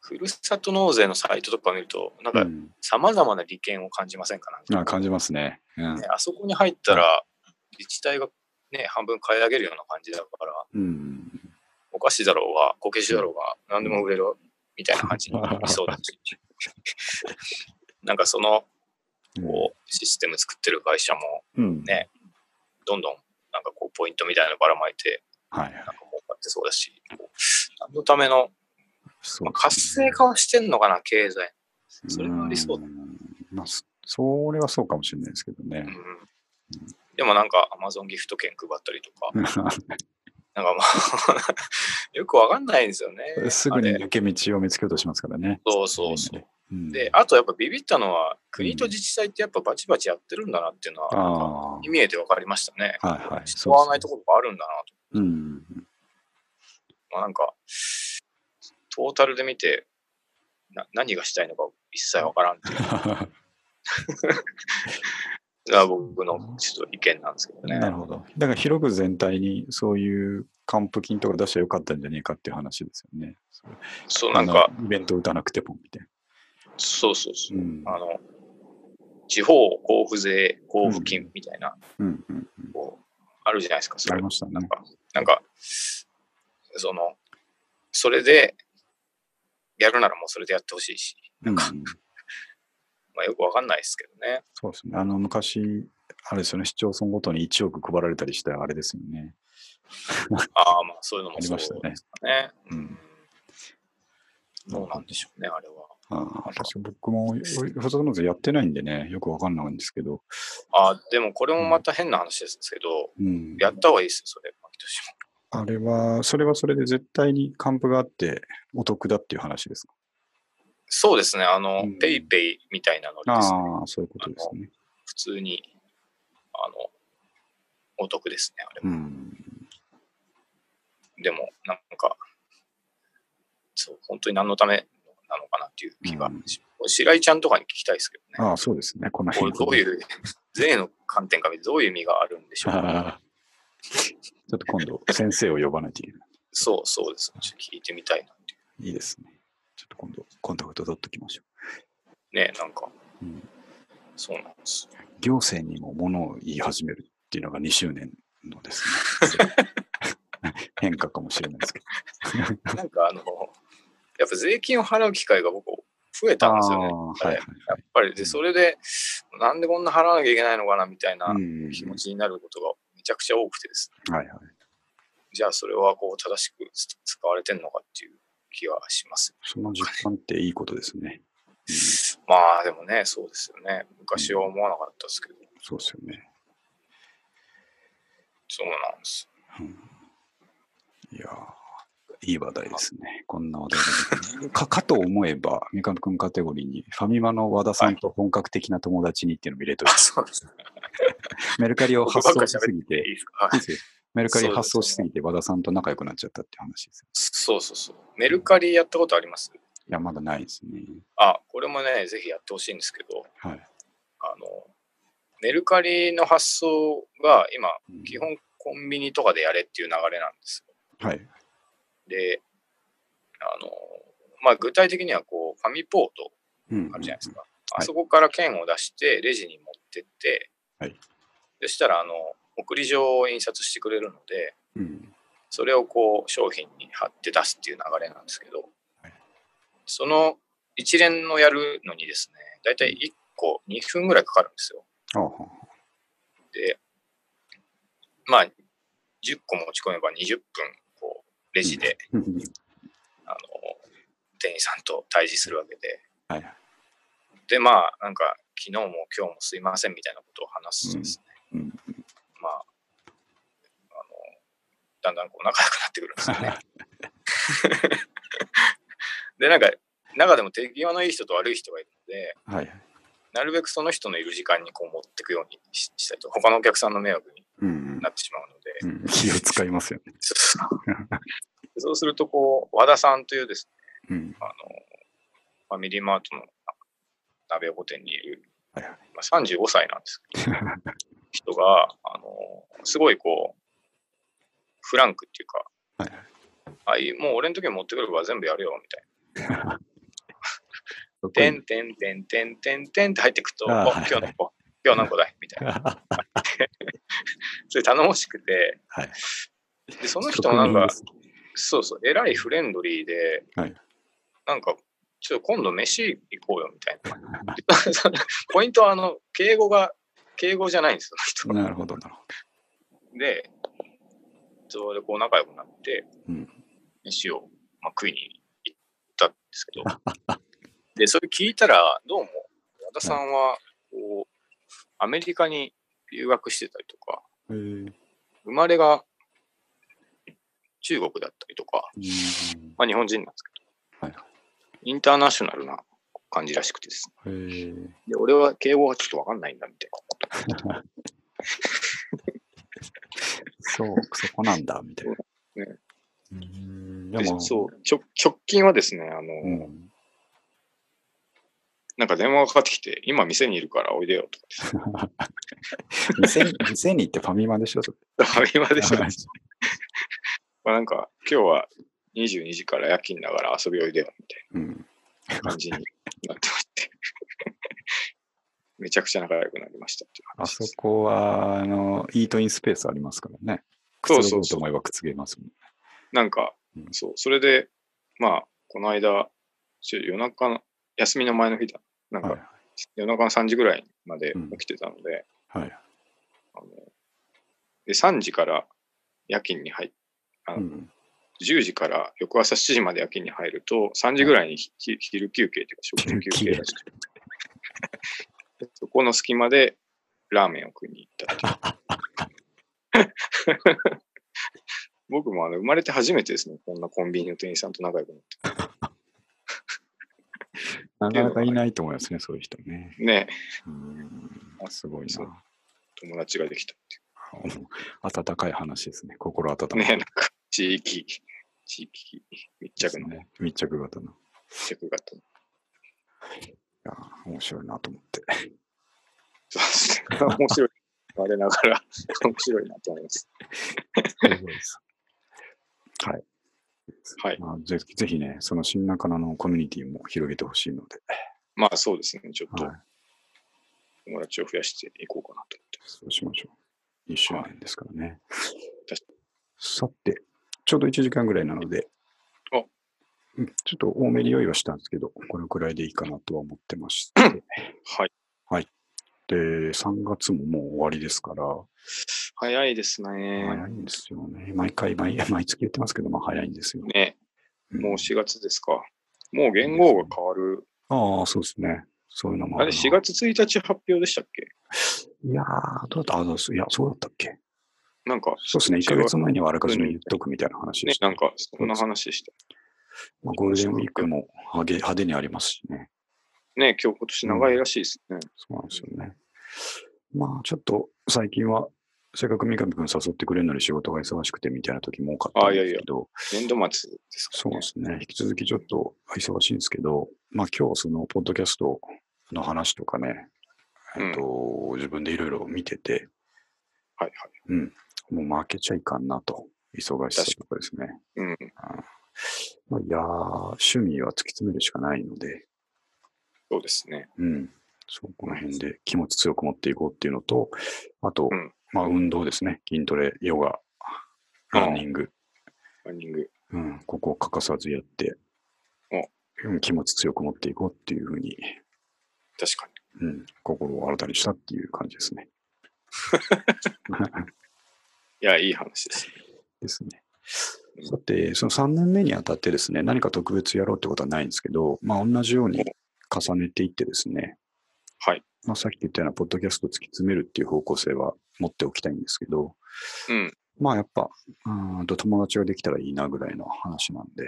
ふるさと納税のサイトとか見ると、なん
う
か、
ん、
さまざまな利権を感じませんかなん
あ
か、
感じますね。うん
ねあそこに入ったら、自治体がね、半分買い上げるような感じだから、
うん、
お菓子だろうが、こけしだろうが、何でも売れるみたいな感じになりそうだ し。なんかその、こう、システム作ってる会社も、
うん
ねどんどん、なんかこう、ポイントみたいなのばらまいて、
はいはい
なんか儲かってそうだし、こう何のための、
そう
まあ、活性化はしてんのかな、経済。それもありそうだ。
んまあ、そそれはそうかもしれないですけどね
う。んでもなんか、アマゾンギフト券配ったりとか、なんかまあ、 よくわかんないんですよね。
すぐに
あれ
抜け道を見つけようとしますからね。
そうそうそう。
みんなね。
で、あとやっぱビビったのは、国と自治体ってやっぱバチバチやってるんだなっていうの
うん、
は、
あ
見えて分かりましたね。
あ、はいはい。
使わないところがあるんだなと。
そうですね。うん。
まあ、なんか、トータルで見て、な何がしたいのか一切分からんっていうのが僕のちょっと意見なんですけどね。
なるほど。だから広く全体にそういう還付金とか出したらよかったんじゃねえかっていう話ですよね。
そう、なんか、
あのイベント打たなくてもみたい
そうそうそう。
な。うん
あの、地方交付税、交付金みたいな、
うんうん。
こうあるじゃないですか、そ
あ
れ
りましたね。
なんか、その、それで、やるならもうそれでやってほしいし、
うんうん、
まあよくわかんないですけどね。
そうですね。あの昔、あれですよね、市町村ごとに1億配られたりしたあれですよね。
ああ、まあそういうのもそう
ありま
です
し
か
たね
ね。
うん
どうなんでしょうね、あれは。
ああ確か僕も、ふとのやってないんでね、よくわかんないんですけど。
ああ、でもこれもまた変な話ですけど、
うん、
やった方がいいですよ、それ、牧俊も。
あれは、それはそれで絶対に還付があってお得だっていう話ですか。
そうですね、あの、
うん
ペイペイみたいなの
あ
です、ね、
あ、そういうことですね。
普通に、あの、お得ですね、あれも
うん。
でも、なんか、そう、本当に何のためなのかなっていう気がし、白井ちゃんとかに聞きたいですけどね。
ああ、そうですね。この
これ
辺
どう いう、税の観点から見てどういう意味があるんでしょうか。
ああちょっと今度、先生を呼ばないといけな
そうそうですね。ちょっと聞いてみたいなってい
い。いいですね。ちょっと今度、コンタクト取っときましょ
う。ね、なんか、
う。うん、
そうなんです。
行政にも物を言い始めるっていうのが2周年のです ね。変化かもしれないですけど。
なんかあの、 やっぱ税金を払う機会が僕、増えたんですよね。
ああはいはい
やっぱり、で、それで、なんでこんな払わなきゃいけないのかなみたいな
はい。うん
気持ちになることがめちゃくちゃ多くてですね。
はいはい。
じゃあそれはこう正しくつ使われてるのかっていう気はします。
その実感っていいことですね。
まあでもね、そうですよね。昔は思わなかったですけど、
そうですよね。
そうなんです。
いやーいい話題です ね。こんな話題がか。か と思えば、三上君カテゴリーに、ファミマの和田さんと本格的な友達にっていうのも入れとい
あ、
て、
そうなんですね。
メルカリを
僕
発
ば
送
っかり
し
喋
すぎ
って
て、
いいですか、 はい
いいですよメルカリ
そうです
発送しすぎて和田さんと仲良くなっちゃったっていう話ですよ。
そうそうそう。メルカリやったことあります
いや、まだないですね。
あ、これもね、ぜひやってほしいんですけど、
はい。
あの、メルカリの発送が今、
うん
基本コンビニとかでやれっていう流れなんですよ。
はい。
で、あの、まあ具体的にはこう、ファミポート
うん
あるじゃないですか。
い
あそこから券を出して、レジに持ってって、
はい
そしたら、あの、送り状を印刷してくれるので、
うん。
それをこう、商品に貼って出すっていう流れなんですけど
はい、
その一連のやるのにですね、だいたい1個2分ぐらいかかるんですよ。
あ あ、
で、まあ、10個持ち込めば20分、こう、レジで、
うん
あの、店員さんと対峙するわけで、
はいはい。
でまあなんか昨日も今日もすいませんみたいなことを話すんですね、
うんうん
まああのだんだんこう仲良くなってくるんですよねでなんか中でも手際のいい人と悪い人がいるので
はいはい。
なるべくその人のいる時間にこう持ってくようにししたいと他のお客さんの迷惑に
うんうん
なってしまう ので、
うん。気を使いますよね。
そうそうするとこう和田さんというですね
うん。
あのファミリーマートの鍋横店にいる
はいはい。
まあ、35歳なんですけど、 人が、あのすごいこう、フランクっていうか、
はい
ああいい、もう俺の時に持ってくるから全部やるよ、みたいな。
そこ
てんてんてんてんてんてんって入ってくと、お
あー
今日何個、今日何個だいみたいな。それ頼もしくて、
はい
でその人もな んか、
職人です
そうそう、えらいフレンドリーで、
はい
なんか、ちょっと今度飯行こうよみたいな。 でそのポイントは、あの、敬語が、敬語じゃないんですよ、その人
なるほど、なるほ
で、それでこう仲良くなって、
うん
飯を、まあ、食いに行ったんで すけど、で、それ聞いたら、どうも、和田さんは、こう、アメリカに留学してたりとか、
ど。へー
生まれが中国だったりとか、
うん
まあ、日本人なんですけど、
はいは
インターナショナルな感じらしくてですね。
へー
で、俺は敬語がちょっとわかんないんだみたいな。
そう、そこなんだ、みたいな。
ね
うん
で
でも、
そう直、直近はですね、あの、
うん。
なんか電話がかかってきて、今店にいるからおいでよと
店に店に行ってファミマでしょ、それ
かって。今でしょ。
はい
まあなんか、今日は22時から夜勤だから遊びおいでよみたい
うん。
な感じになってまして。めちゃくちゃ仲良くなりましたっていう
あ
話
そ
です。
こは、あの、イートインスペースありますからね。くつ
そう
ろ
そ
ご
う
う
そ
と
う
思えばくつげますもん。
なんか
うん、
そう、それで、まあ、この間、ちょ夜中の、休みの前の日だ。なん
はい
か、夜中の3時ぐらいまで
うん
起きてたので、
はい。
あので3時から夜勤に入っあの
うん
10時から翌朝7時まで夜勤に入ると、3時ぐらいにひ、ひ昼休憩というか、食事休憩らしくて そこの隙間でラーメンを食いに行っ たっていう僕もあの生まれて初めてですね、こんなコンビニの店員さんと仲良くなって。
なかなかいないと思いますね、そういう人ね。
ね、
うんすごい
そう
な。
友達ができたって
温かい話ですね。心温
いう。
ま
ね、
い。
なんか、地域、地域密着の、
ね。密着型の。い
密着型の。
やー、面白いなと思って。
そうですね。面白い。我ながら、面白いなと思います。
すごいですはい。
はい
まあぜひ。ぜひね、その新中野のコミュニティも広げてほしいので、
まあそうですね、ちょっと
はい、
友達を増やしていこうかなと思って。
そうしましょう。1周年ですからね。
確
さて、ちょうど1時間ぐらいなので、
あ
うんちょっと多めに用意はしたんですけど、このくらいでいいかなとは思ってまして、
はい。
で、3月ももう終わりですから、
早いです
早
ね。
いんですよね。毎回毎、 毎月言ってますけど、まあ早いんですよ。
ね、
うん
もう4月ですか。もう元号が変わる。
ああ、そうですね。そういうのも
あ
あ
れ、
るな
4月1日発表でしたっけ
いやー、どうだったあの、そういや、そうだったっけ
なんか、
そうですね。1
一
ヶ
応
月前にはあらかじめ言っとくみたいな話で
ね
し、た。
なんか、そんな話でした。
まあ、ゴールデンウィークもはげ派手にありますしね。
ね、今日今年長いらしいですね。
そうなんですよね。まあ、ちょっと最近は、せっかく三上君誘ってくれるのに仕事が忙しくてみたいな時も多かったんですけど、
年度末ですか
そう
ね
で。すね。引き続きちょっと忙しいんですけど、まあ今日そのポッドキャストの話とかね、えっと自分でいろいろ見てて、
はい
うん、もう負けちゃいかんなと、忙しさとかですね。
はい。うん。
まあ、いやー、趣味は突き詰めるしかないので、
そうですね。
うん、そうこの辺で気持ち強く持っていこうっていうのと、あと、
うん
まあ運動ですね、筋トレ、ヨガ、
うん
ランニング、
ランニング。
うん、ここを欠かさずやって、うん気持ち強く持っていこうっていうふうに、
確かに。
うん、心を新たにしたっていう感じですね。
いや、いい話ですね。
ですね。さて、その3年目にあたってですね、何か特別やろうってことはないんですけど、まあ、同じように重ねていってですね、
はい。
まあ、さっき言ったような、ポッドキャストを突き詰めるっていう方向性は持っておきたいんですけど、
うん。
まあ、やっぱ、うーんと友達ができたらいいなぐらいの話なんで、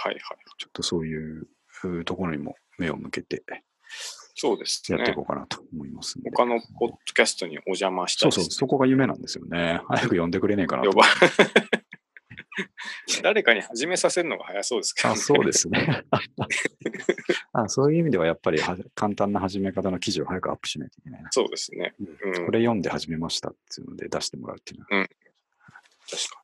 はいはい。
ちょっとそういううーところにも目を向けて
そうです
やってい
ね。
こうかなと思いますんで。
他のポッドキャストにお邪魔した
そ
り
うそう、そこが夢なんですよね。早く呼んでくれねえかなと
呼。ば 誰かに始めさせるのが早そうですけど、
あそうです ねあ。そういう意味ではやっぱりは簡単な始め方の記事を早くアップしないといけないな。
そうですね。
うん
うん
これ読んで始めましたっていうので出してもらうっていうのは。
確か。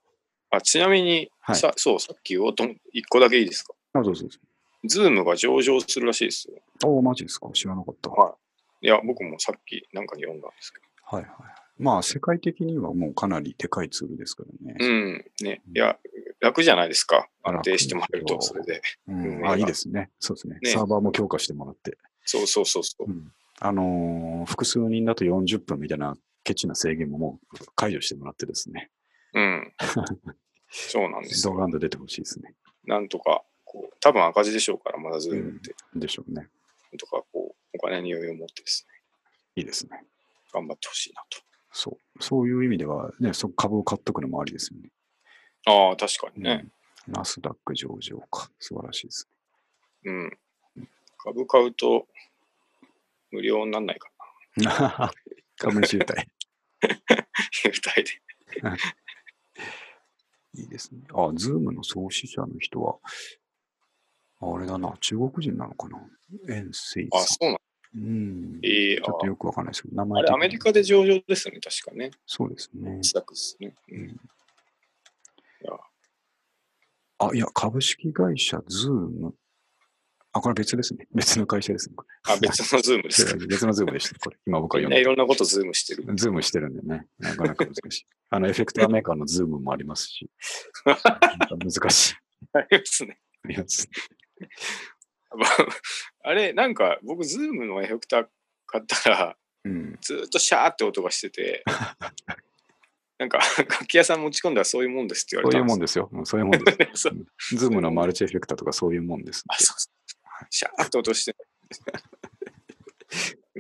あちなみに、
はい
さそう、さっき言おうと、一個だけいいですか。
あ、どうぞどうぞ。
ズームが上場するらしいですよ。
おーマジですか知らなかった。
はいいや、僕もさっきなんかに読んだんですけ
はいはい。まあ、世界的にはもうかなりでかいツールですから
ど。
ね。
うん。ね。
うん
いや、楽じゃないですか。
あ
安定してもらえると、
楽
それで。
うん
うん
あ、いいですね。そうですね
ね
サーバーも強化してもらって。
そうそうそうそ
う。
う
んあのー複数人だと40分みたいなケチな制限ももう解除してもらってですね。
うん。そうなんです
動
よ。
画で出てほしいですね。
なんとか、こう、多分赤字でしょうから、まだズームって、
でしょうね。
なんとかこう、お金に余裕を持ってですね、
いいですね。
頑張ってほしいなと。
そう。そういう意味では、ね、そ株を買っとくのもありですよね。
ああ、確かにね。
うんナスダック上場か。素晴らしいです。
うん。株買うと、無料になんないかな。
株主優待。
二人で。
いいですね。あ、ズームの創始者の人は、あれだな、中国人なのかな。円水
あ、
さ
そうなん
ん。うん。ち
ええ
ょっと
あ
よくわかんないですけど、名前
あれ、
的
ア
に
メリカで上場ですよね、確かね。
そうですね。
自作です ね。うん。
あ、いや、株式会社ズーム。あ、これ別ですね。別の会社ですね。 これ
あ、別のズームで
そ
す
う
か
で。す別のズームでした。これ、今僕が
み
読ん
んな
で
いろんなことズームし てる。
ズームしてるんでね、なかなか難しい。 あの、エフェクターメーカーのズームもありますし、難し い。
ありますね。
あります
あれ、なんか、僕、ズームのエフェクター買ったら、
うん。
ずーっとシャーって音がし てて、なんか、楽器屋さん持ち込んだらそういうもんですって言
そ
わ
う
れ
いう
た
もん
で
ですよ。うんそういうもんです。
すよ。そう
ズームのマルチエフェクターとかそういうもんです。
あ、そうそう。シャーって 音して。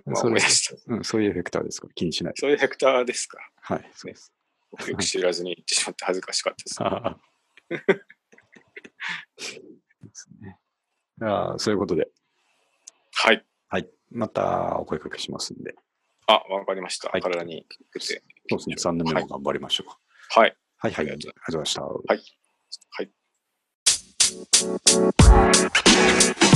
まあ、
それ
思い出した。
うん、そういうエフェクターですから、気にしないで。
そういうヘクターですか。
はい、そうです。
僕よく知らずに言ってしまって恥ずかしかったです。
ああですね。ああ、そういうことで、
はい。
はい。またお声かけしますんで、
あ、わかりました。
はい
体にくて。
そうですね、3年目も頑張りましょう。
はい。
はい、はい、あ
あ
り
り
が
が
とうございました。
はい。